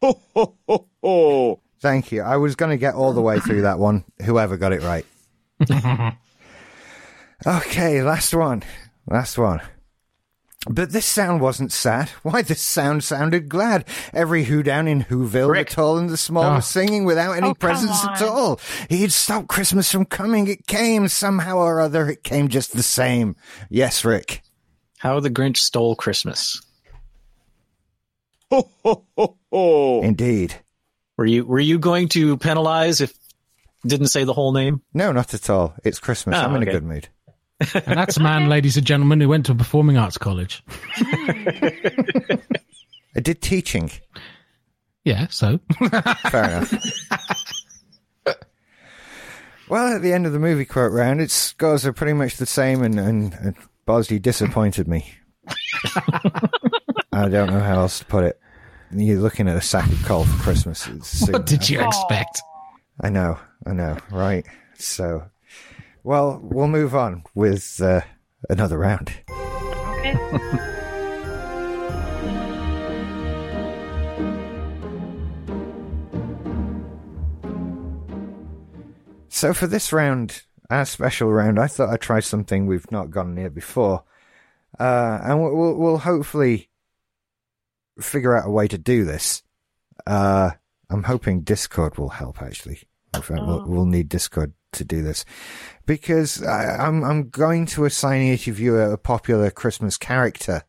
Speaker 6: Ho, ho, ho, ho.
Speaker 1: Thank you. I was going to get all the way through that one, whoever got it right. okay, last one. Last one. But this sound wasn't sad. Why, this sound sounded glad. Every who down in Whoville,
Speaker 5: Rick.
Speaker 1: the tall and the small,
Speaker 3: Ah.
Speaker 1: was singing without any
Speaker 4: Oh, come
Speaker 1: presents at
Speaker 4: on.
Speaker 1: all. He had stopped Christmas from coming. It came somehow or other. It came just the same. Yes, Rick.
Speaker 5: How the Grinch Stole Christmas.
Speaker 6: Ho, ho, ho,
Speaker 4: Oh.
Speaker 6: ho.
Speaker 1: Indeed.
Speaker 5: Were you were you going to penalize if didn't say the whole name?
Speaker 1: No, not at all. It's Christmas.
Speaker 4: Ah,
Speaker 5: Oh,
Speaker 1: I'm in
Speaker 5: okay.
Speaker 1: a good mood.
Speaker 3: And that's a man, ladies and gentlemen, who went to a performing arts college.
Speaker 1: I did teaching.
Speaker 3: Yeah, so
Speaker 1: Fair enough. well, at the end of the movie quote round, its scores are pretty much the same, and, and, and Bosley disappointed me. I don't know how else to put it. You're looking at a sack of coal for Christmas. It's soon
Speaker 3: what did
Speaker 1: now.
Speaker 3: you expect?
Speaker 1: I know, I know, right? So, well, we'll move on with uh, another round.
Speaker 4: Okay.
Speaker 1: So for this round, our special round, I thought I'd try something we've not gone near before, uh, and we'll- we'll we'll hopefully figure out a way to do this. Uh, I'm hoping Discord will help. Actually, in fact, we'll, we'll need Discord to do this because I, I'm I'm going to assign each of you a popular Christmas character,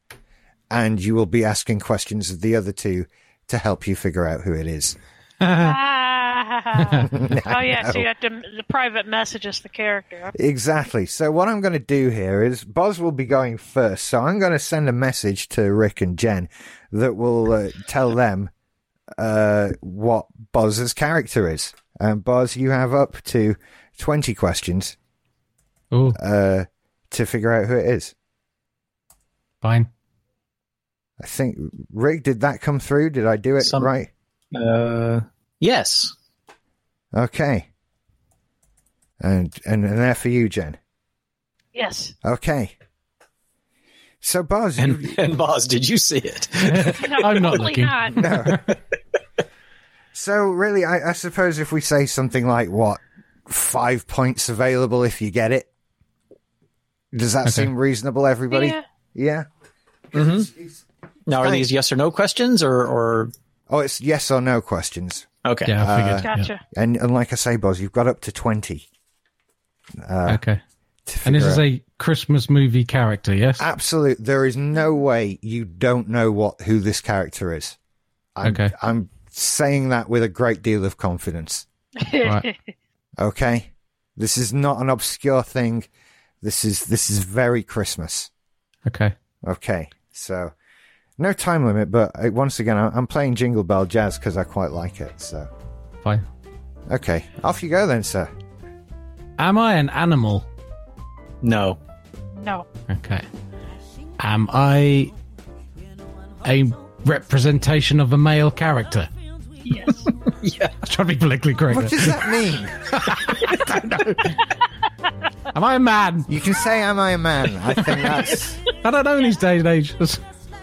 Speaker 1: and you will be asking questions of the other two to help you figure out who it is.
Speaker 4: Ah. oh yeah, so
Speaker 1: know.
Speaker 4: you have to the private message is the character.
Speaker 1: Exactly. So what I'm going to do here is Boz will be going first. So I'm going to send a message to Rick and Jen that will uh, tell them uh, what Boz's character is. And Boz, you have up to 20 questions
Speaker 3: Oh,
Speaker 1: uh, to figure out who it is.
Speaker 3: fine.
Speaker 1: I think Rick, did that come through? Did I do it
Speaker 5: Some-
Speaker 1: right?
Speaker 5: Uh, yes.
Speaker 1: Okay. And and and there for you, Jen.
Speaker 4: Yes.
Speaker 1: Okay. So Boz, you-
Speaker 5: And and Boz, did you see it?
Speaker 4: No,
Speaker 3: I'm not
Speaker 4: probably
Speaker 3: looking.
Speaker 4: Not.
Speaker 1: No. so really, I, I suppose if we say something like what five points available if you get it, does that
Speaker 3: Okay.
Speaker 1: seem reasonable, everybody?
Speaker 4: Yeah.
Speaker 1: Yeah?
Speaker 5: Now, are these yes or no questions or or
Speaker 1: Oh, it's yes or no questions,
Speaker 5: okay?
Speaker 3: Yeah,
Speaker 1: uh,
Speaker 3: I figured. yeah.
Speaker 4: Gotcha.
Speaker 1: and and like I say, Boz, you've got up to twenty.
Speaker 3: Okay.
Speaker 1: To
Speaker 3: And this
Speaker 1: figure
Speaker 3: is
Speaker 1: out. Uh,
Speaker 3: a Christmas movie character, yes?
Speaker 1: absolute. There is no way you don't know what who this character is. I'm,
Speaker 3: Okay.
Speaker 1: I'm saying that with a great deal of confidence.
Speaker 3: Right.
Speaker 1: Okay, this is not an obscure thing. This is this is very Christmas.
Speaker 3: Okay.
Speaker 1: Okay, so no time limit, but uh, once again, I- I'm playing Jingle Bell Jazz because I quite like it. So
Speaker 3: Fine.
Speaker 1: okay, off you go then, sir.
Speaker 3: Am I an animal?
Speaker 5: No.
Speaker 4: No.
Speaker 3: Okay. Am I a representation of a male character?
Speaker 4: Yes.
Speaker 5: Yeah.
Speaker 3: I'm trying to be politically correct.
Speaker 1: What
Speaker 3: there.
Speaker 1: does that mean?
Speaker 3: Am I a man?
Speaker 1: you can say, "Am I a man?" I think that's.
Speaker 3: I don't know in these days and age. That's-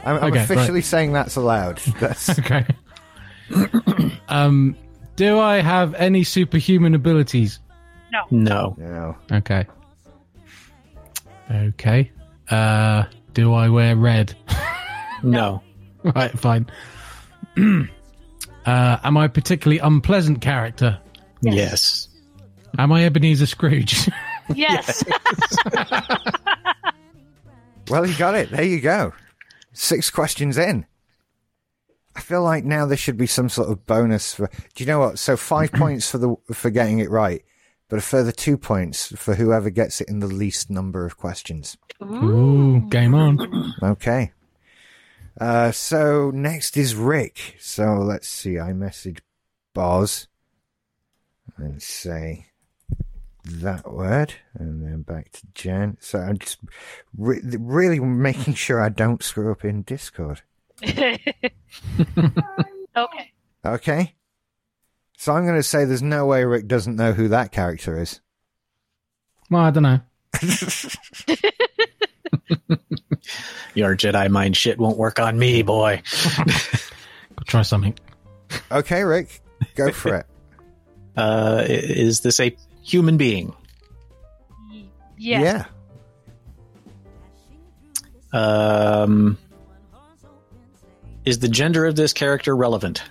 Speaker 1: I'm, I'm
Speaker 3: Okay,
Speaker 1: officially saying that's allowed. That's
Speaker 3: Okay. um, do I have any superhuman abilities?
Speaker 5: No.
Speaker 1: you know.
Speaker 3: Okay. Okay. Uh, do I wear red?
Speaker 5: No.
Speaker 3: right, fine. uh, am I a particularly unpleasant character?
Speaker 5: Yes.
Speaker 3: Am I Ebenezer Scrooge?
Speaker 4: Yes.
Speaker 1: Well, you got it. There you go. Six questions in. I feel like now there should be some sort of bonus for. Do you know what? So five points for the for getting it right, but a further two points for whoever gets it in the least number of questions.
Speaker 3: Ooh, game on.
Speaker 1: Okay. Uh, so next is Rick. So let's see. I message Boz and say that word, and then back to Jen. So I'm just re- really making sure I don't screw up in Discord.
Speaker 4: okay.
Speaker 1: Okay. So I'm going to say there's no way Rick doesn't know who that character is.
Speaker 3: Well, I don't know.
Speaker 5: Your Jedi mind shit won't work on me, boy.
Speaker 3: I'll try something.
Speaker 1: Okay, Rick, go for it.
Speaker 5: Uh, i- is this a human being?
Speaker 4: Yes.
Speaker 1: Yeah.
Speaker 5: Um, is the gender of this character relevant?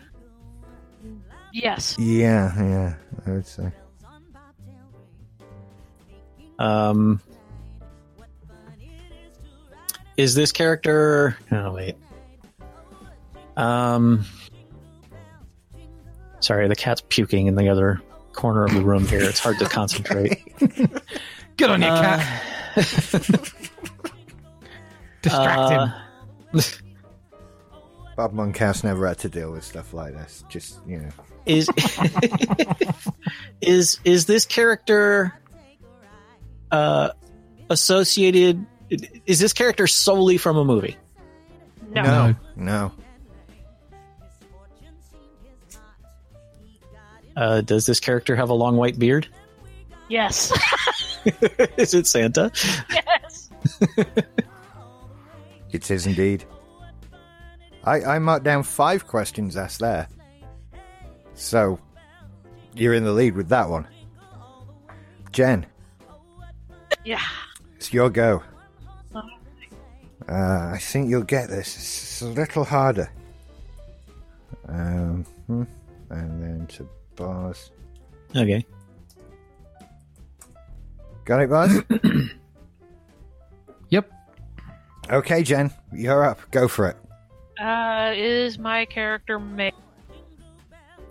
Speaker 4: Yes.
Speaker 1: Yeah, yeah. I would say.
Speaker 5: Um, is this character? Oh wait. Um, sorry, the cat's puking in the other corner of the room here. It's hard to concentrate.
Speaker 3: Good on you, cat. Distract him.
Speaker 1: Bob Monkhouse never had to deal with stuff like this. Just you know,
Speaker 5: is is is this character uh associated is this character solely from a movie
Speaker 4: No.
Speaker 3: No.
Speaker 1: no.
Speaker 5: uh does this character have a long white beard
Speaker 4: Yes.
Speaker 5: is it santa
Speaker 4: yes.
Speaker 1: It is indeed. I, I marked down five questions asked there. So, you're in the lead with that one. Jen,
Speaker 4: Yeah.
Speaker 1: it's your go. Uh, I think you'll get this. It's a little harder. Um, hmm, and then to Bars.
Speaker 5: okay
Speaker 1: Got it, Bars?
Speaker 3: Yep.
Speaker 1: okay, Jen, you're up. Go for it.
Speaker 4: Uh, is my character male?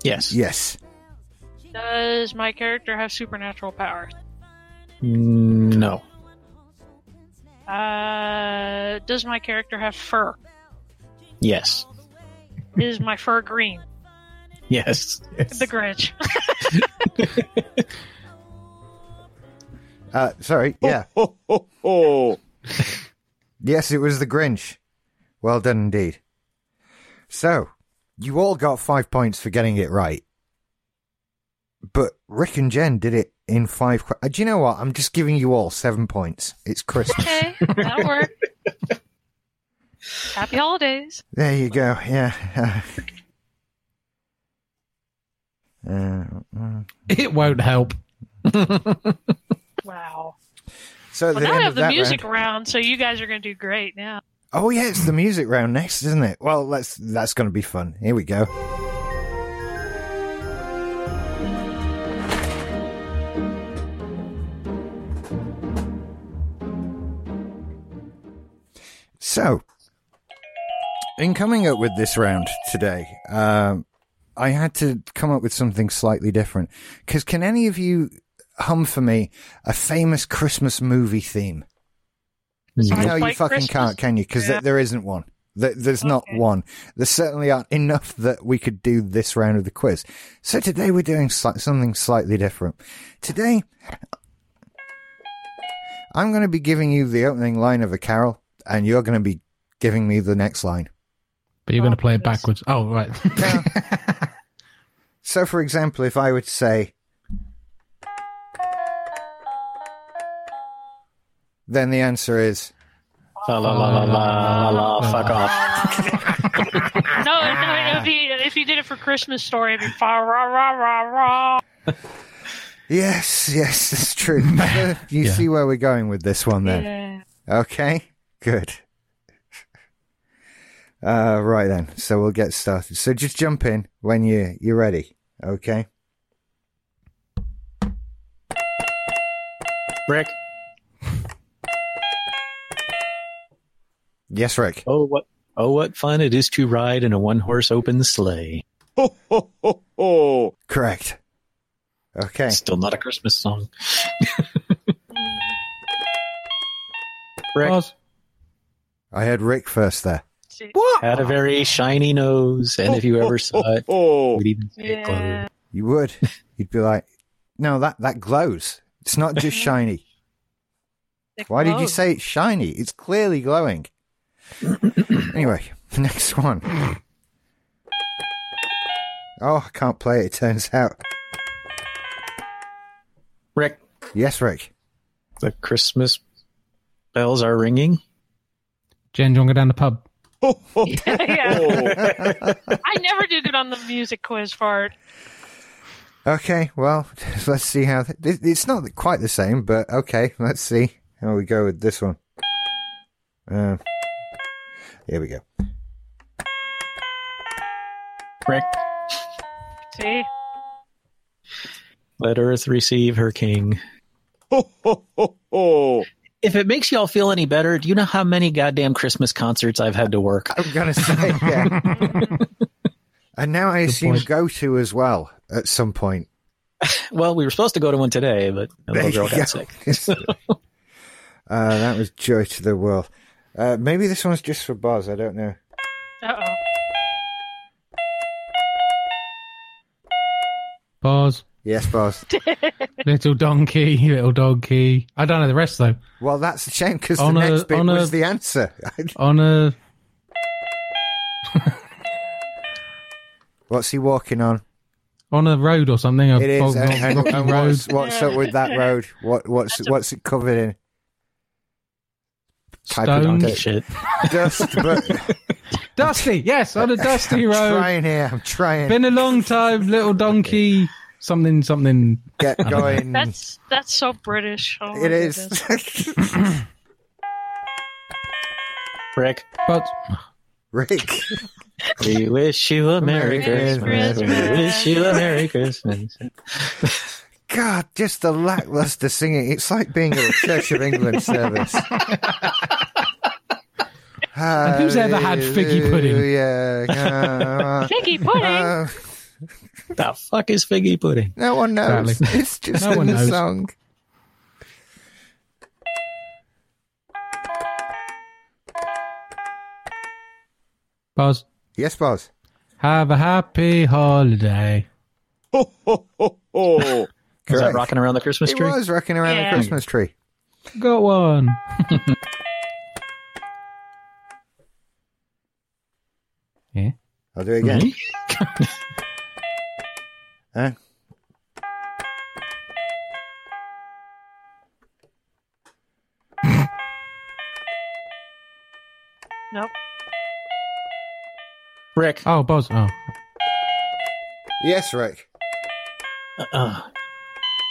Speaker 5: yes
Speaker 1: Yes.
Speaker 4: Does my character have supernatural powers?
Speaker 5: Mm, no
Speaker 4: Uh, does my character have fur?
Speaker 5: yes
Speaker 4: Is my fur green?
Speaker 5: yes
Speaker 4: The Grinch.
Speaker 1: Uh, sorry. Yeah.
Speaker 6: Ho, ho, ho.
Speaker 1: Yes, it was the Grinch. Well done indeed. So, you all got five points for getting it right. But Rick and Jen did it in five. que- Uh, Do you know what? I'm just giving you all seven points. It's Christmas.
Speaker 4: Okay, that'll work. Happy holidays.
Speaker 1: there you go. Yeah. Uh, mm.
Speaker 3: It won't help.
Speaker 4: Wow.
Speaker 1: so at
Speaker 4: Well,
Speaker 1: the
Speaker 4: now I
Speaker 1: end
Speaker 4: have
Speaker 1: of
Speaker 4: the
Speaker 1: that
Speaker 4: music
Speaker 1: round-
Speaker 4: round. so you guys are going to do great now.
Speaker 1: Oh yeah, it's the music round next, isn't it? Well, that's that's going to be fun. Here we go. So, in coming up with this round today, um, I had to come up with something slightly different. Because can any of you hum for me a famous Christmas movie theme?
Speaker 4: Besides
Speaker 1: No, you
Speaker 4: White
Speaker 1: fucking
Speaker 4: Christmas.
Speaker 1: can't, can you? Because
Speaker 4: Yeah.
Speaker 1: there isn't one. Th- There's not
Speaker 4: Okay.
Speaker 1: one. There certainly aren't enough that we could do this round of the quiz. So today we're doing sli- something slightly different. Today, I'm going to be giving you the opening line of a carol, and you're going to be giving me the next line.
Speaker 3: But you're going to play it
Speaker 4: Yes.
Speaker 3: backwards. Oh, right.
Speaker 1: So, for example, if I were to say, then the answer is
Speaker 5: la, la, la, la, la, la, la, fuck off
Speaker 4: No, no if, you, if you did it for Christmas story, it'd be fa rah rah rah rah.
Speaker 1: Yes, yes, it's true. you
Speaker 3: Yeah.
Speaker 1: see where we're going with this one then.
Speaker 4: Yeah.
Speaker 1: Okay, good. Uh, right then, so we'll get started. So just jump in when you you're ready. Okay.
Speaker 5: rick
Speaker 1: Yes, Rick.
Speaker 5: oh what oh what fun it is to ride in a one horse open sleigh
Speaker 6: Ho, ho, ho, ho.
Speaker 1: Correct. Okay.
Speaker 5: still not a christmas song rick
Speaker 3: Buzz.
Speaker 1: I heard Rick first there.
Speaker 4: See-
Speaker 5: had a very shiny nose, and if you ever saw it,
Speaker 6: Ho,
Speaker 5: would even say it
Speaker 4: Yeah.
Speaker 5: glowed.
Speaker 1: You would. You'd be like, no, that that glows. It's not just shiny.
Speaker 4: It
Speaker 1: Why did you
Speaker 4: glows.
Speaker 1: say it's shiny? It's clearly glowing. anyway, next one. Oh, I can't play it, it turns out.
Speaker 5: Rick,
Speaker 1: Yes, Rick.
Speaker 5: the Christmas bells are ringing.
Speaker 3: Jen, do you want to go down the pub?
Speaker 6: ho, ho,
Speaker 4: yeah.
Speaker 6: ho.
Speaker 4: I never do good on the music quiz part.
Speaker 1: Okay, well, let's see how. Th- it- it's not quite the same, but okay, let's see how we go with this one. Um, here we go.
Speaker 5: Rick,
Speaker 4: See?
Speaker 5: let Earth receive her king.
Speaker 6: Ho, ho, ho, ho.
Speaker 5: if it makes y'all feel any better, do you know how many goddamn Christmas concerts I've had to work?
Speaker 1: I'm gonna say yeah. and now I assume go to as well at some point.
Speaker 5: Well, we were supposed to go to one today, but the little girl got sick.
Speaker 1: uh, that was joy to the world. Uh, maybe this one's just for Boz. I don't know.
Speaker 4: Uh oh.
Speaker 3: Pause.
Speaker 1: Yes, Boz.
Speaker 3: Little donkey, little donkey. I don't know the rest though.
Speaker 1: Well, that's a shame because the
Speaker 3: On a-
Speaker 1: next bit
Speaker 3: on a-
Speaker 1: was the answer.
Speaker 3: On a
Speaker 1: What's he walking on?
Speaker 3: on a road or something. A
Speaker 1: It is.
Speaker 3: bog-
Speaker 1: And, and-
Speaker 3: rocky
Speaker 1: and
Speaker 3: road.
Speaker 1: what's, what's up with that road? What what's what's it covered in? Type of
Speaker 3: Stone.
Speaker 1: dust-
Speaker 5: Shit.
Speaker 1: dust, but
Speaker 3: Dusty, yes, on a dusty road.
Speaker 1: trying here. I'm trying.
Speaker 3: Been a long time, little donkey. Something, something.
Speaker 1: Get going.
Speaker 4: That's that's so British. Oh, my
Speaker 1: It
Speaker 4: goodness.
Speaker 1: is.
Speaker 5: Rick,
Speaker 3: But
Speaker 1: Rick.
Speaker 5: we wish you a Merry,
Speaker 1: Merry
Speaker 5: Christmas.
Speaker 4: Christmas.
Speaker 5: We wish you a Merry Christmas.
Speaker 1: God, just the lackluster singing. It's like being at a Church of England service. and
Speaker 3: who's ever had figgy pudding?
Speaker 1: Yeah.
Speaker 4: Piggy pudding.
Speaker 5: the fuck is figgy pudding?
Speaker 1: no one knows.
Speaker 3: Apparently.
Speaker 1: It's just
Speaker 3: No
Speaker 1: in
Speaker 3: one
Speaker 1: the
Speaker 3: knows.
Speaker 1: song.
Speaker 3: Buzz,
Speaker 1: Yes, Boz.
Speaker 3: have a happy holiday.
Speaker 6: Ho, ho, ho, ho.
Speaker 5: Is that
Speaker 1: Correct.
Speaker 5: rocking around the Christmas
Speaker 1: It
Speaker 5: tree?
Speaker 1: was rocking around
Speaker 4: Yeah.
Speaker 1: a Christmas tree.
Speaker 3: Got one. yeah.
Speaker 1: I'll do it
Speaker 3: Mm-hmm.
Speaker 1: again.
Speaker 5: Mhm.
Speaker 1: Huh?
Speaker 4: Nope.
Speaker 5: Rick,
Speaker 3: Oh, Buzz. Oh,
Speaker 1: Yes, Rick.
Speaker 5: Uh,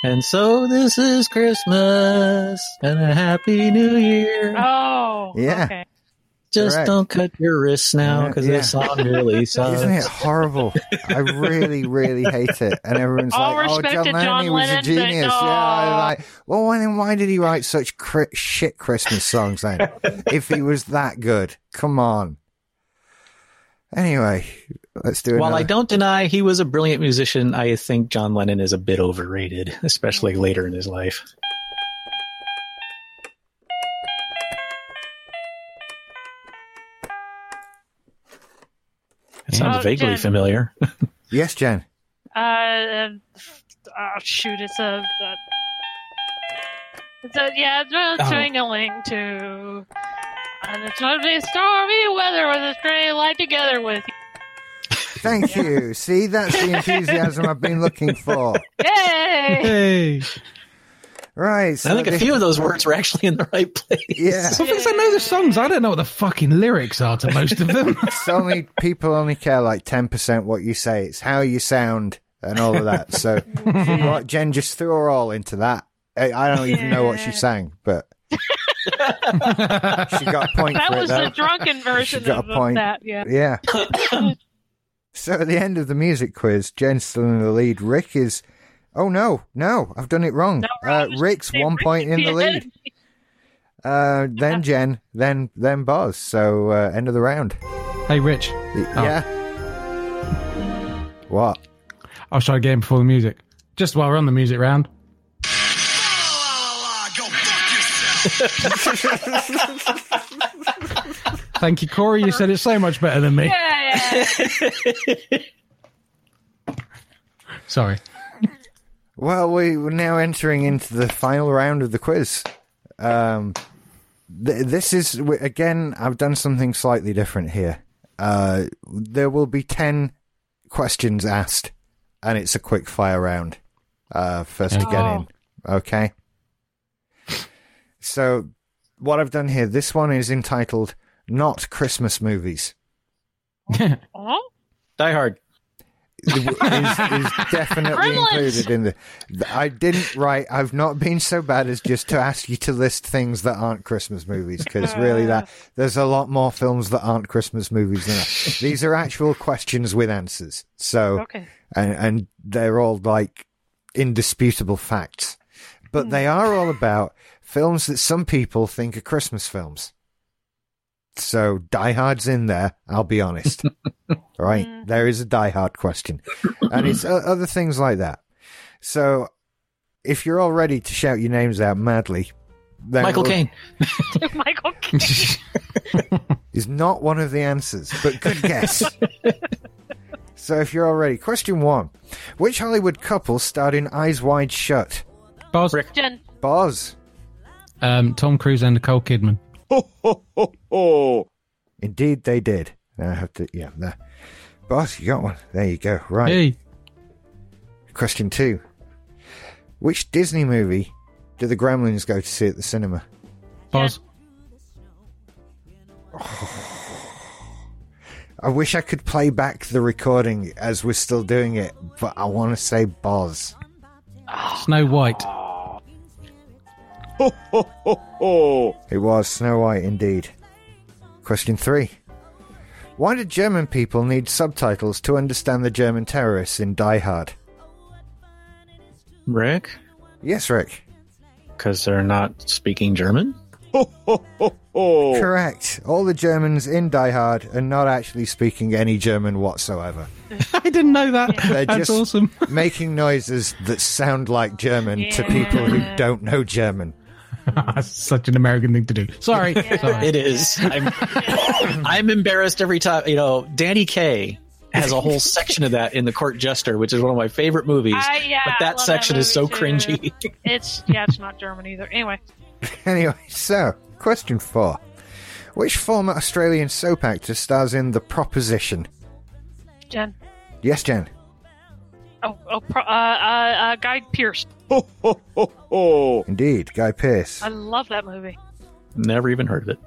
Speaker 5: and so this is Christmas and a happy new year.
Speaker 4: Oh.
Speaker 1: Yeah.
Speaker 4: Okay.
Speaker 5: Just
Speaker 1: correct.
Speaker 5: don't cut your wrists now because
Speaker 1: Yeah.
Speaker 5: this song really sucks.
Speaker 1: Isn't it horrible? I really, really hate it. And everyone's
Speaker 4: All
Speaker 1: like, "Oh,
Speaker 4: respect
Speaker 1: John
Speaker 4: to
Speaker 1: Lennon,
Speaker 4: John
Speaker 1: he was a
Speaker 4: Lennon, but
Speaker 1: genius."
Speaker 4: no.
Speaker 1: Yeah, I'm like, well, why then? Why did he write such cri- shit Christmas songs then? if he was that good, come on. Anyway, let's do it.
Speaker 5: While I don't deny he was a brilliant musician, I think John Lennon is a bit overrated, especially later in his life. It sounds
Speaker 4: Oh,
Speaker 5: vaguely
Speaker 4: Jen.
Speaker 5: familiar.
Speaker 1: Yes, Jen.
Speaker 4: Uh, and, oh shoot! It's a. a it's a yeah. It's a
Speaker 5: Oh.
Speaker 4: twingling too. And it's going to be stormy weather with a stray light together with you.
Speaker 1: Thank you. See, that's the enthusiasm I've been looking for.
Speaker 4: Yay!
Speaker 3: hey.
Speaker 1: Right. So
Speaker 5: I think a
Speaker 1: this-
Speaker 5: few of those words were actually in the right place.
Speaker 1: Yeah.
Speaker 3: So things I know the songs. I don't know what the fucking lyrics are to most of them.
Speaker 1: It's only people only care like ten percent what you say. It's how you sound and all of that. So what Jen just threw her all into that. I I don't even know what she
Speaker 4: Yeah.
Speaker 1: sang, but she got a point
Speaker 4: That
Speaker 1: for it
Speaker 4: was the
Speaker 1: though.
Speaker 4: drunken version
Speaker 1: got
Speaker 4: of,
Speaker 1: a point.
Speaker 4: of that. Yeah.
Speaker 1: yeah. so at the end of the music quiz, Jen's still in the lead. Rick is. Oh no, no! I've done it wrong. uh, Rick's one point in the lead. Uh, then Jen, then then Boz. So uh, end of the round.
Speaker 3: hey, Rich.
Speaker 1: Y-
Speaker 4: Oh.
Speaker 1: Yeah. What?
Speaker 3: I'll try again before the music. Just while we're on the music round. Thank you, Corey. You said it so much better than me.
Speaker 4: Yeah.
Speaker 3: Sorry.
Speaker 1: Well, we, we're now entering into the final round of the quiz. Um, th- this is, w- again, I've done something slightly different here. Uh, there will be 10 questions asked, and it's a quick fire round uh, first to get in. Okay. So, what I've done here, this one is entitled Not Christmas Movies.
Speaker 4: Oh,
Speaker 5: Die Hard.
Speaker 1: is, is definitely
Speaker 4: Gremlins.
Speaker 1: included in the. I didn't write. I've not been so bad as just to ask you to list things that aren't Christmas movies because really, that there's a lot more films that aren't Christmas movies than that. These are actual questions with answers.
Speaker 3: Oh.
Speaker 1: So
Speaker 4: okay.
Speaker 1: and, and they're all like indisputable facts. But they are all about films that some people think are Christmas films. So Die Hard's in there. I'll be honest. All right, there is a Die Hard question, and it's o- other things like that. So, if you're all ready to shout your names out madly, then
Speaker 5: Michael
Speaker 1: we'll-
Speaker 5: Caine.
Speaker 4: Michael Caine.
Speaker 1: is not one of the answers, but good guess. so if you're all ready, question one. Which Hollywood couple starred in Eyes Wide Shut?
Speaker 3: Boz,
Speaker 5: Rick.
Speaker 4: Jen.
Speaker 1: Boz.
Speaker 3: um, Tom Cruise and Nicole Kidman.
Speaker 6: Ho, ho, ho, ho.
Speaker 1: Indeed they did. Now I have to yeah, there. Boz, you got one. There you go. Right.
Speaker 3: Hey,
Speaker 1: Question two. Which Disney movie do the Gremlins go to see at the cinema?
Speaker 3: Boz.
Speaker 1: I wish I could play back the recording as we're still doing it, but I want to say Boz.
Speaker 3: Snow White.
Speaker 6: Ho, ho, ho, ho.
Speaker 1: It was Snow White indeed. Question three. Why do German people need subtitles to understand the German terrorists in Die Hard?
Speaker 5: Rick?
Speaker 1: Yes, Rick.
Speaker 5: Because they're not speaking German?
Speaker 6: Ho, ho, ho, ho.
Speaker 1: Correct. All the Germans in Die Hard are not actually speaking any German whatsoever.
Speaker 3: I didn't know that.
Speaker 1: They're
Speaker 3: That's
Speaker 1: just
Speaker 3: awesome.
Speaker 1: making noises that sound like German to people who don't know German.
Speaker 3: Ah, That's such an American thing to do. Sorry. Sorry.
Speaker 5: It is. I'm, I'm embarrassed every time. You know, Danny Kaye has a whole section of that in The Court Jester, which is one of my favorite movies.
Speaker 4: I- yeah,
Speaker 5: but
Speaker 4: I
Speaker 5: that
Speaker 4: love
Speaker 5: section is so
Speaker 4: movie, too.
Speaker 5: cringy.
Speaker 4: It's yeah, it's not German either. Anyway,
Speaker 1: Anyway, so, question four. Which former Australian soap actor stars in The Proposition?
Speaker 4: Jen.
Speaker 1: Yes, Jen.
Speaker 4: Oh, oh pro- uh, uh, uh, Guy Pierce.
Speaker 6: Ho, ho, ho, ho.
Speaker 1: Indeed, Guy Pearce.
Speaker 4: I love that movie.
Speaker 5: Never even heard of it.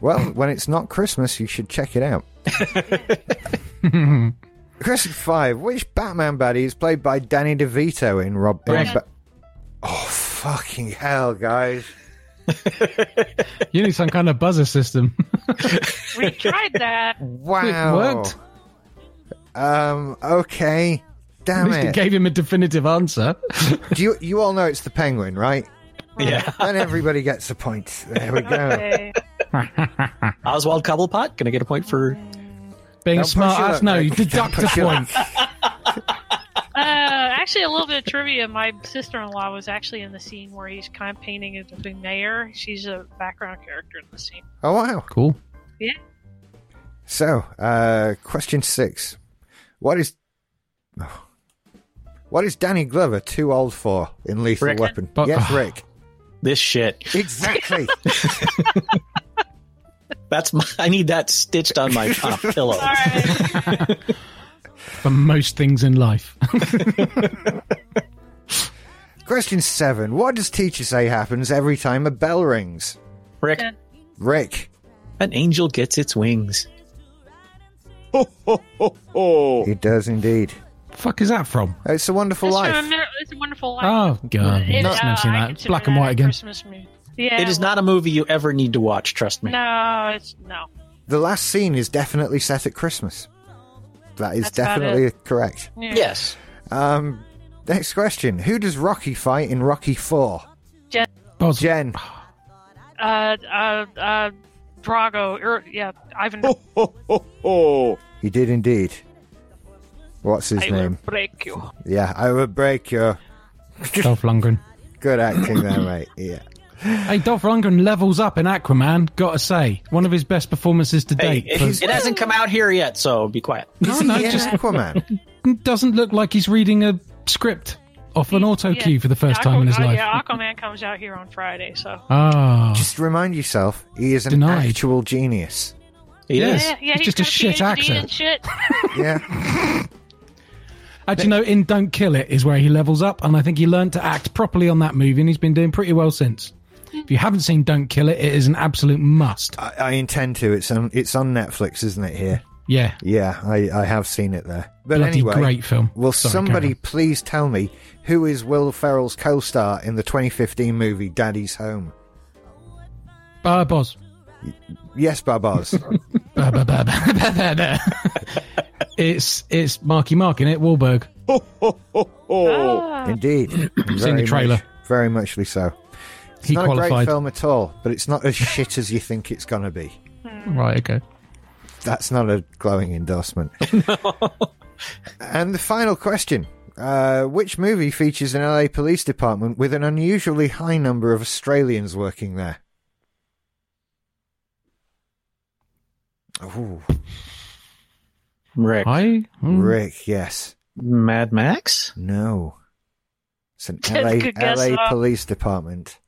Speaker 1: Well, when it's not Christmas, you should check it out. Question five: Which Batman baddie is played by Danny DeVito in Rob? in
Speaker 5: Brandon.
Speaker 1: Ba- oh fucking hell, guys!
Speaker 3: You need some kind of buzzer system.
Speaker 4: We tried that.
Speaker 1: Wow,
Speaker 3: worked.
Speaker 1: Um, okay,
Speaker 3: At
Speaker 1: damn
Speaker 3: least it
Speaker 1: it.
Speaker 3: gave him a definitive answer.
Speaker 1: Do you you all know it's the Penguin, right?
Speaker 5: Yeah.
Speaker 1: Then everybody gets a point. There we go.
Speaker 4: Okay.
Speaker 5: Oswald Cobblepot, gonna get a point for
Speaker 3: Being
Speaker 1: Don't
Speaker 3: a
Speaker 1: push
Speaker 3: smart
Speaker 1: your
Speaker 3: ass,
Speaker 1: luck,
Speaker 3: no, you
Speaker 1: Rick. Don't
Speaker 3: deduct a
Speaker 1: push your
Speaker 3: point.
Speaker 4: Uh, actually, a little bit of trivia. My sister-in-law was actually in the scene where he's kind of painting as the mayor. She's a background character in the scene.
Speaker 1: Oh wow.
Speaker 3: Cool.
Speaker 1: So, uh, question six: What is oh. what is Danny Glover too old for in Lethal
Speaker 5: Rick.
Speaker 1: Weapon?
Speaker 3: But-
Speaker 1: yes, Rick.
Speaker 5: this shit.
Speaker 1: Exactly.
Speaker 5: That's my, I need that stitched on my top pillow.
Speaker 4: All right.
Speaker 3: For most things in life.
Speaker 1: question seven: What does teacher say happens every time a bell rings?
Speaker 5: Rick,
Speaker 1: Rick.
Speaker 5: an angel gets its wings.
Speaker 6: Ho, ho, ho, ho.
Speaker 1: It does indeed.
Speaker 3: fuck is that from?
Speaker 1: It's a Wonderful
Speaker 4: It's,
Speaker 1: Life.
Speaker 4: from Amer- it's a wonderful life.
Speaker 3: Oh god,
Speaker 4: It- uh,
Speaker 3: I've never seen
Speaker 4: I
Speaker 3: that.
Speaker 4: consider
Speaker 3: Black and
Speaker 4: that
Speaker 3: white
Speaker 4: a
Speaker 3: again.
Speaker 4: Christmas movie. Yeah,
Speaker 5: It is not a movie you ever need to watch, trust me.
Speaker 4: No, it's no.
Speaker 1: The last scene is definitely set at Christmas. That is
Speaker 4: That's about
Speaker 1: definitely correct.
Speaker 4: Yeah.
Speaker 5: Yes.
Speaker 1: Um, next question: Who does Rocky fight in Rocky Four?
Speaker 3: Boz,
Speaker 1: Jen.
Speaker 4: Uh, uh, uh, Drago. Er, yeah,
Speaker 1: Oh,
Speaker 4: Ivan.
Speaker 6: Ho, ho, ho, ho.
Speaker 1: He did indeed. What's his
Speaker 4: I will
Speaker 1: name?
Speaker 4: break you.
Speaker 1: Yeah, I would break your
Speaker 3: Dolph Lundgren.
Speaker 1: good acting there, mate. Yeah.
Speaker 3: Hey, Dolph Lundgren levels up in Aquaman. Gotta say, one of his best performances to
Speaker 5: Hey,
Speaker 3: date.
Speaker 5: it,
Speaker 3: But-
Speaker 5: it hasn't come out here yet, so be quiet.
Speaker 3: no, no,
Speaker 1: Yeah,
Speaker 3: just
Speaker 1: Aquaman.
Speaker 3: doesn't look like he's reading a script off an auto
Speaker 4: Yeah.
Speaker 3: cue for the first
Speaker 4: Aqu-
Speaker 3: time in his
Speaker 4: uh,
Speaker 3: life.
Speaker 4: Yeah, Aquaman comes out here on Friday, so.
Speaker 3: Ah,
Speaker 1: Just remind yourself, he is an
Speaker 3: Denied.
Speaker 1: actual genius.
Speaker 5: He
Speaker 3: Yeah.
Speaker 5: is.
Speaker 4: Yeah, yeah,
Speaker 3: It's
Speaker 4: he's
Speaker 3: just a
Speaker 4: got
Speaker 3: shit
Speaker 4: PhD
Speaker 3: actor.
Speaker 4: and shit.
Speaker 1: Yeah.
Speaker 3: actually, no. In Don't Kill It is where he levels up, and I think he learned to act properly on that movie, and he's been doing pretty well since. If you haven't seen Don't Kill It, it is an absolute must.
Speaker 1: I, I intend to. It's on it's on Netflix, isn't it, here?
Speaker 3: Yeah,
Speaker 1: Yeah, I, I have seen it there. But
Speaker 3: bloody
Speaker 1: anyway,
Speaker 3: great film.
Speaker 1: will
Speaker 3: Sorry,
Speaker 1: somebody
Speaker 3: carry
Speaker 1: please tell me who is Will Ferrell's co-star in the 2015 movie Daddy's Home?
Speaker 3: on. Uh, Boz.
Speaker 1: Yes, Babaz.
Speaker 3: Ba, ba, ba, ba, ba, ba, da. it's it's Marky Mark in it, Wahlberg.
Speaker 6: Ho, ho, ho, ho.
Speaker 4: Ah,
Speaker 1: Indeed.
Speaker 3: Seen the trailer.
Speaker 1: Much, very muchly so. It's
Speaker 3: he
Speaker 1: not a great
Speaker 3: qualified.
Speaker 1: film at all, but it's not as shit as you think it's going to be.
Speaker 3: Right, okay.
Speaker 1: That's not a glowing endorsement. and the final question uh, Which movie features an LA police department with an unusually high number of Australians working there? Ooh,
Speaker 5: Rick.
Speaker 3: I hmm.
Speaker 1: Rick, yes.
Speaker 5: Mad Max?
Speaker 1: No. It's an
Speaker 4: That's a
Speaker 1: LA,
Speaker 4: good guess,
Speaker 1: LA
Speaker 4: though.
Speaker 1: police department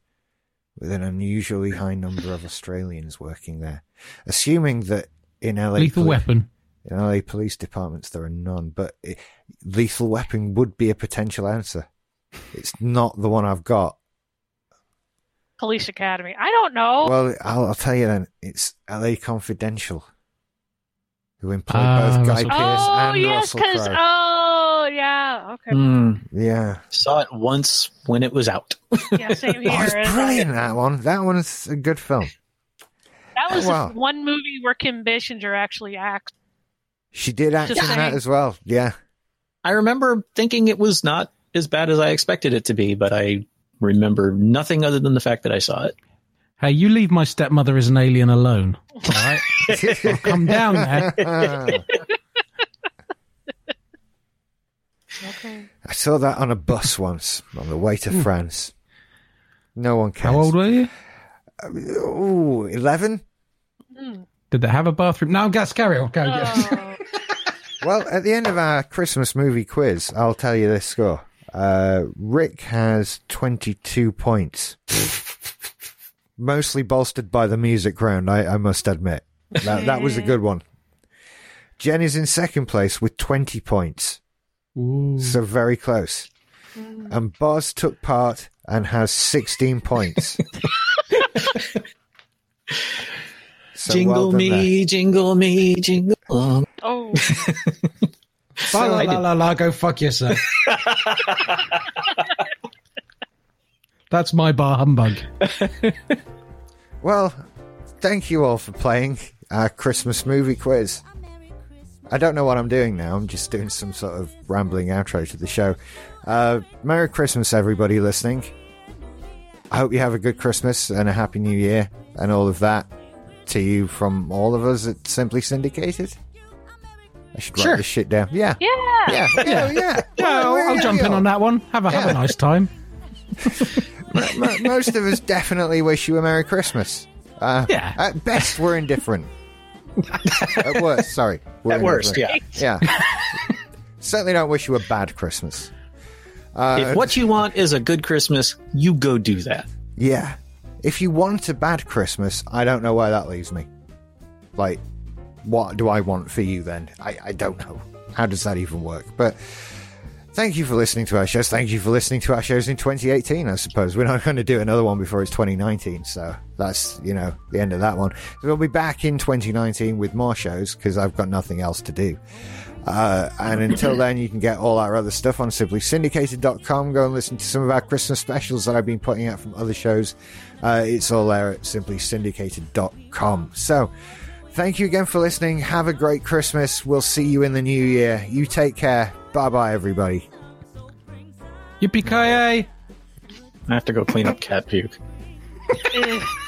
Speaker 1: with an unusually high number of Australians working there. Assuming that in LA,
Speaker 3: Lethal
Speaker 1: poli-
Speaker 3: Weapon.
Speaker 1: in LA police departments there are none, but it, lethal weapon would be a potential answer. It's not the one I've got.
Speaker 4: Police Academy. I don't know.
Speaker 1: Well, I'll, I'll tell you then. It's LA Confidential, who employed
Speaker 3: Ah,
Speaker 1: both Guy
Speaker 3: Russell
Speaker 1: Pearce
Speaker 4: oh
Speaker 1: and
Speaker 4: yes,
Speaker 1: Russell
Speaker 4: because
Speaker 1: Crowe.
Speaker 4: oh yeah, okay,
Speaker 5: Hmm.
Speaker 1: yeah.
Speaker 5: Saw it once when it was out.
Speaker 4: yeah, same here.
Speaker 1: Oh,
Speaker 4: And
Speaker 1: it's brilliant, that one. That one's a good film.
Speaker 4: That was the
Speaker 1: Wow.
Speaker 4: one movie where Kim Basinger actually acts.
Speaker 1: She did act in
Speaker 4: Just
Speaker 1: that
Speaker 4: saying.
Speaker 1: as well. Yeah.
Speaker 5: I remember thinking it was not as bad as I expected it to be, but I remember nothing other than the fact that I saw it.
Speaker 3: Hey, you leave my stepmother as an alien alone. All right? I'll come down there.
Speaker 1: I
Speaker 4: Okay.
Speaker 1: saw that on a bus once on the way to France. No one cares.
Speaker 3: Hmm. How old were you?
Speaker 1: Ooh, 11?
Speaker 3: Did they have a bathroom? No, gas carry on. Go, yes.
Speaker 4: Oh,
Speaker 1: Well, at the end of our Christmas movie quiz, I'll tell you this score. Uh, Rick has 22 points. Mostly bolstered by the music round, I, I must admit. That, that was a good one. Jen is in second place with 20 points.
Speaker 3: Ooh.
Speaker 1: So very close. And Boz took part and has 16 points. So well
Speaker 5: jingle
Speaker 1: done
Speaker 5: me,
Speaker 1: there.
Speaker 5: jingle me, jingle. Um,
Speaker 4: oh.
Speaker 3: La, la,
Speaker 5: I
Speaker 3: la,
Speaker 5: did.
Speaker 3: la, la, go fuck yourself. That's my bar humbug.
Speaker 1: Oh, Well, thank you all for playing our Christmas movie quiz. I don't know what I'm doing now. I'm just doing some sort of rambling outro to the show. Uh, Merry Christmas, everybody listening. I hope you have a good Christmas and a Happy New Year and all of that to you from all of us at Simply Syndicated. I should write
Speaker 5: Sure.
Speaker 1: this shit down. Yeah.
Speaker 4: yeah.
Speaker 1: Yeah. Yeah. Yeah.
Speaker 3: Yeah, I'll, I'll jump in on that one. Have a, have
Speaker 1: Yeah.
Speaker 3: a nice time.
Speaker 1: Mo- most of us definitely wish you a Merry Christmas. Uh,
Speaker 3: Yeah.
Speaker 1: At best, we're indifferent. at worst, sorry. We're
Speaker 5: at worst,
Speaker 1: indifferent.
Speaker 5: yeah.
Speaker 1: Yeah. Certainly don't wish you a bad Christmas. Uh,
Speaker 5: if what you want is a good Christmas, you go do that.
Speaker 1: Yeah. If you want a bad Christmas, I don't know where that leaves me. Like, what do I want for you then? I, I don't know. How does that even work? But thank you for listening to our shows. Thank you for listening to our shows in 2018, I suppose. We're not going to do another one before it's 2019. So that's, you know, the end of that one. So we'll be back in 2019 with more shows because I've got nothing else to do. Uh, and until then, you can get all our other stuff on simplysyndicated.com. Go and listen to some of our Christmas specials that I've been putting out from other shows. Uh, it's all there at simplysyndicated.com. So, thank you again for listening. Have a great Christmas. We'll see you in the new year. You take care. Bye bye, everybody.
Speaker 3: Yippee ki
Speaker 5: I have to go clean up cat puke.
Speaker 4: Ugh.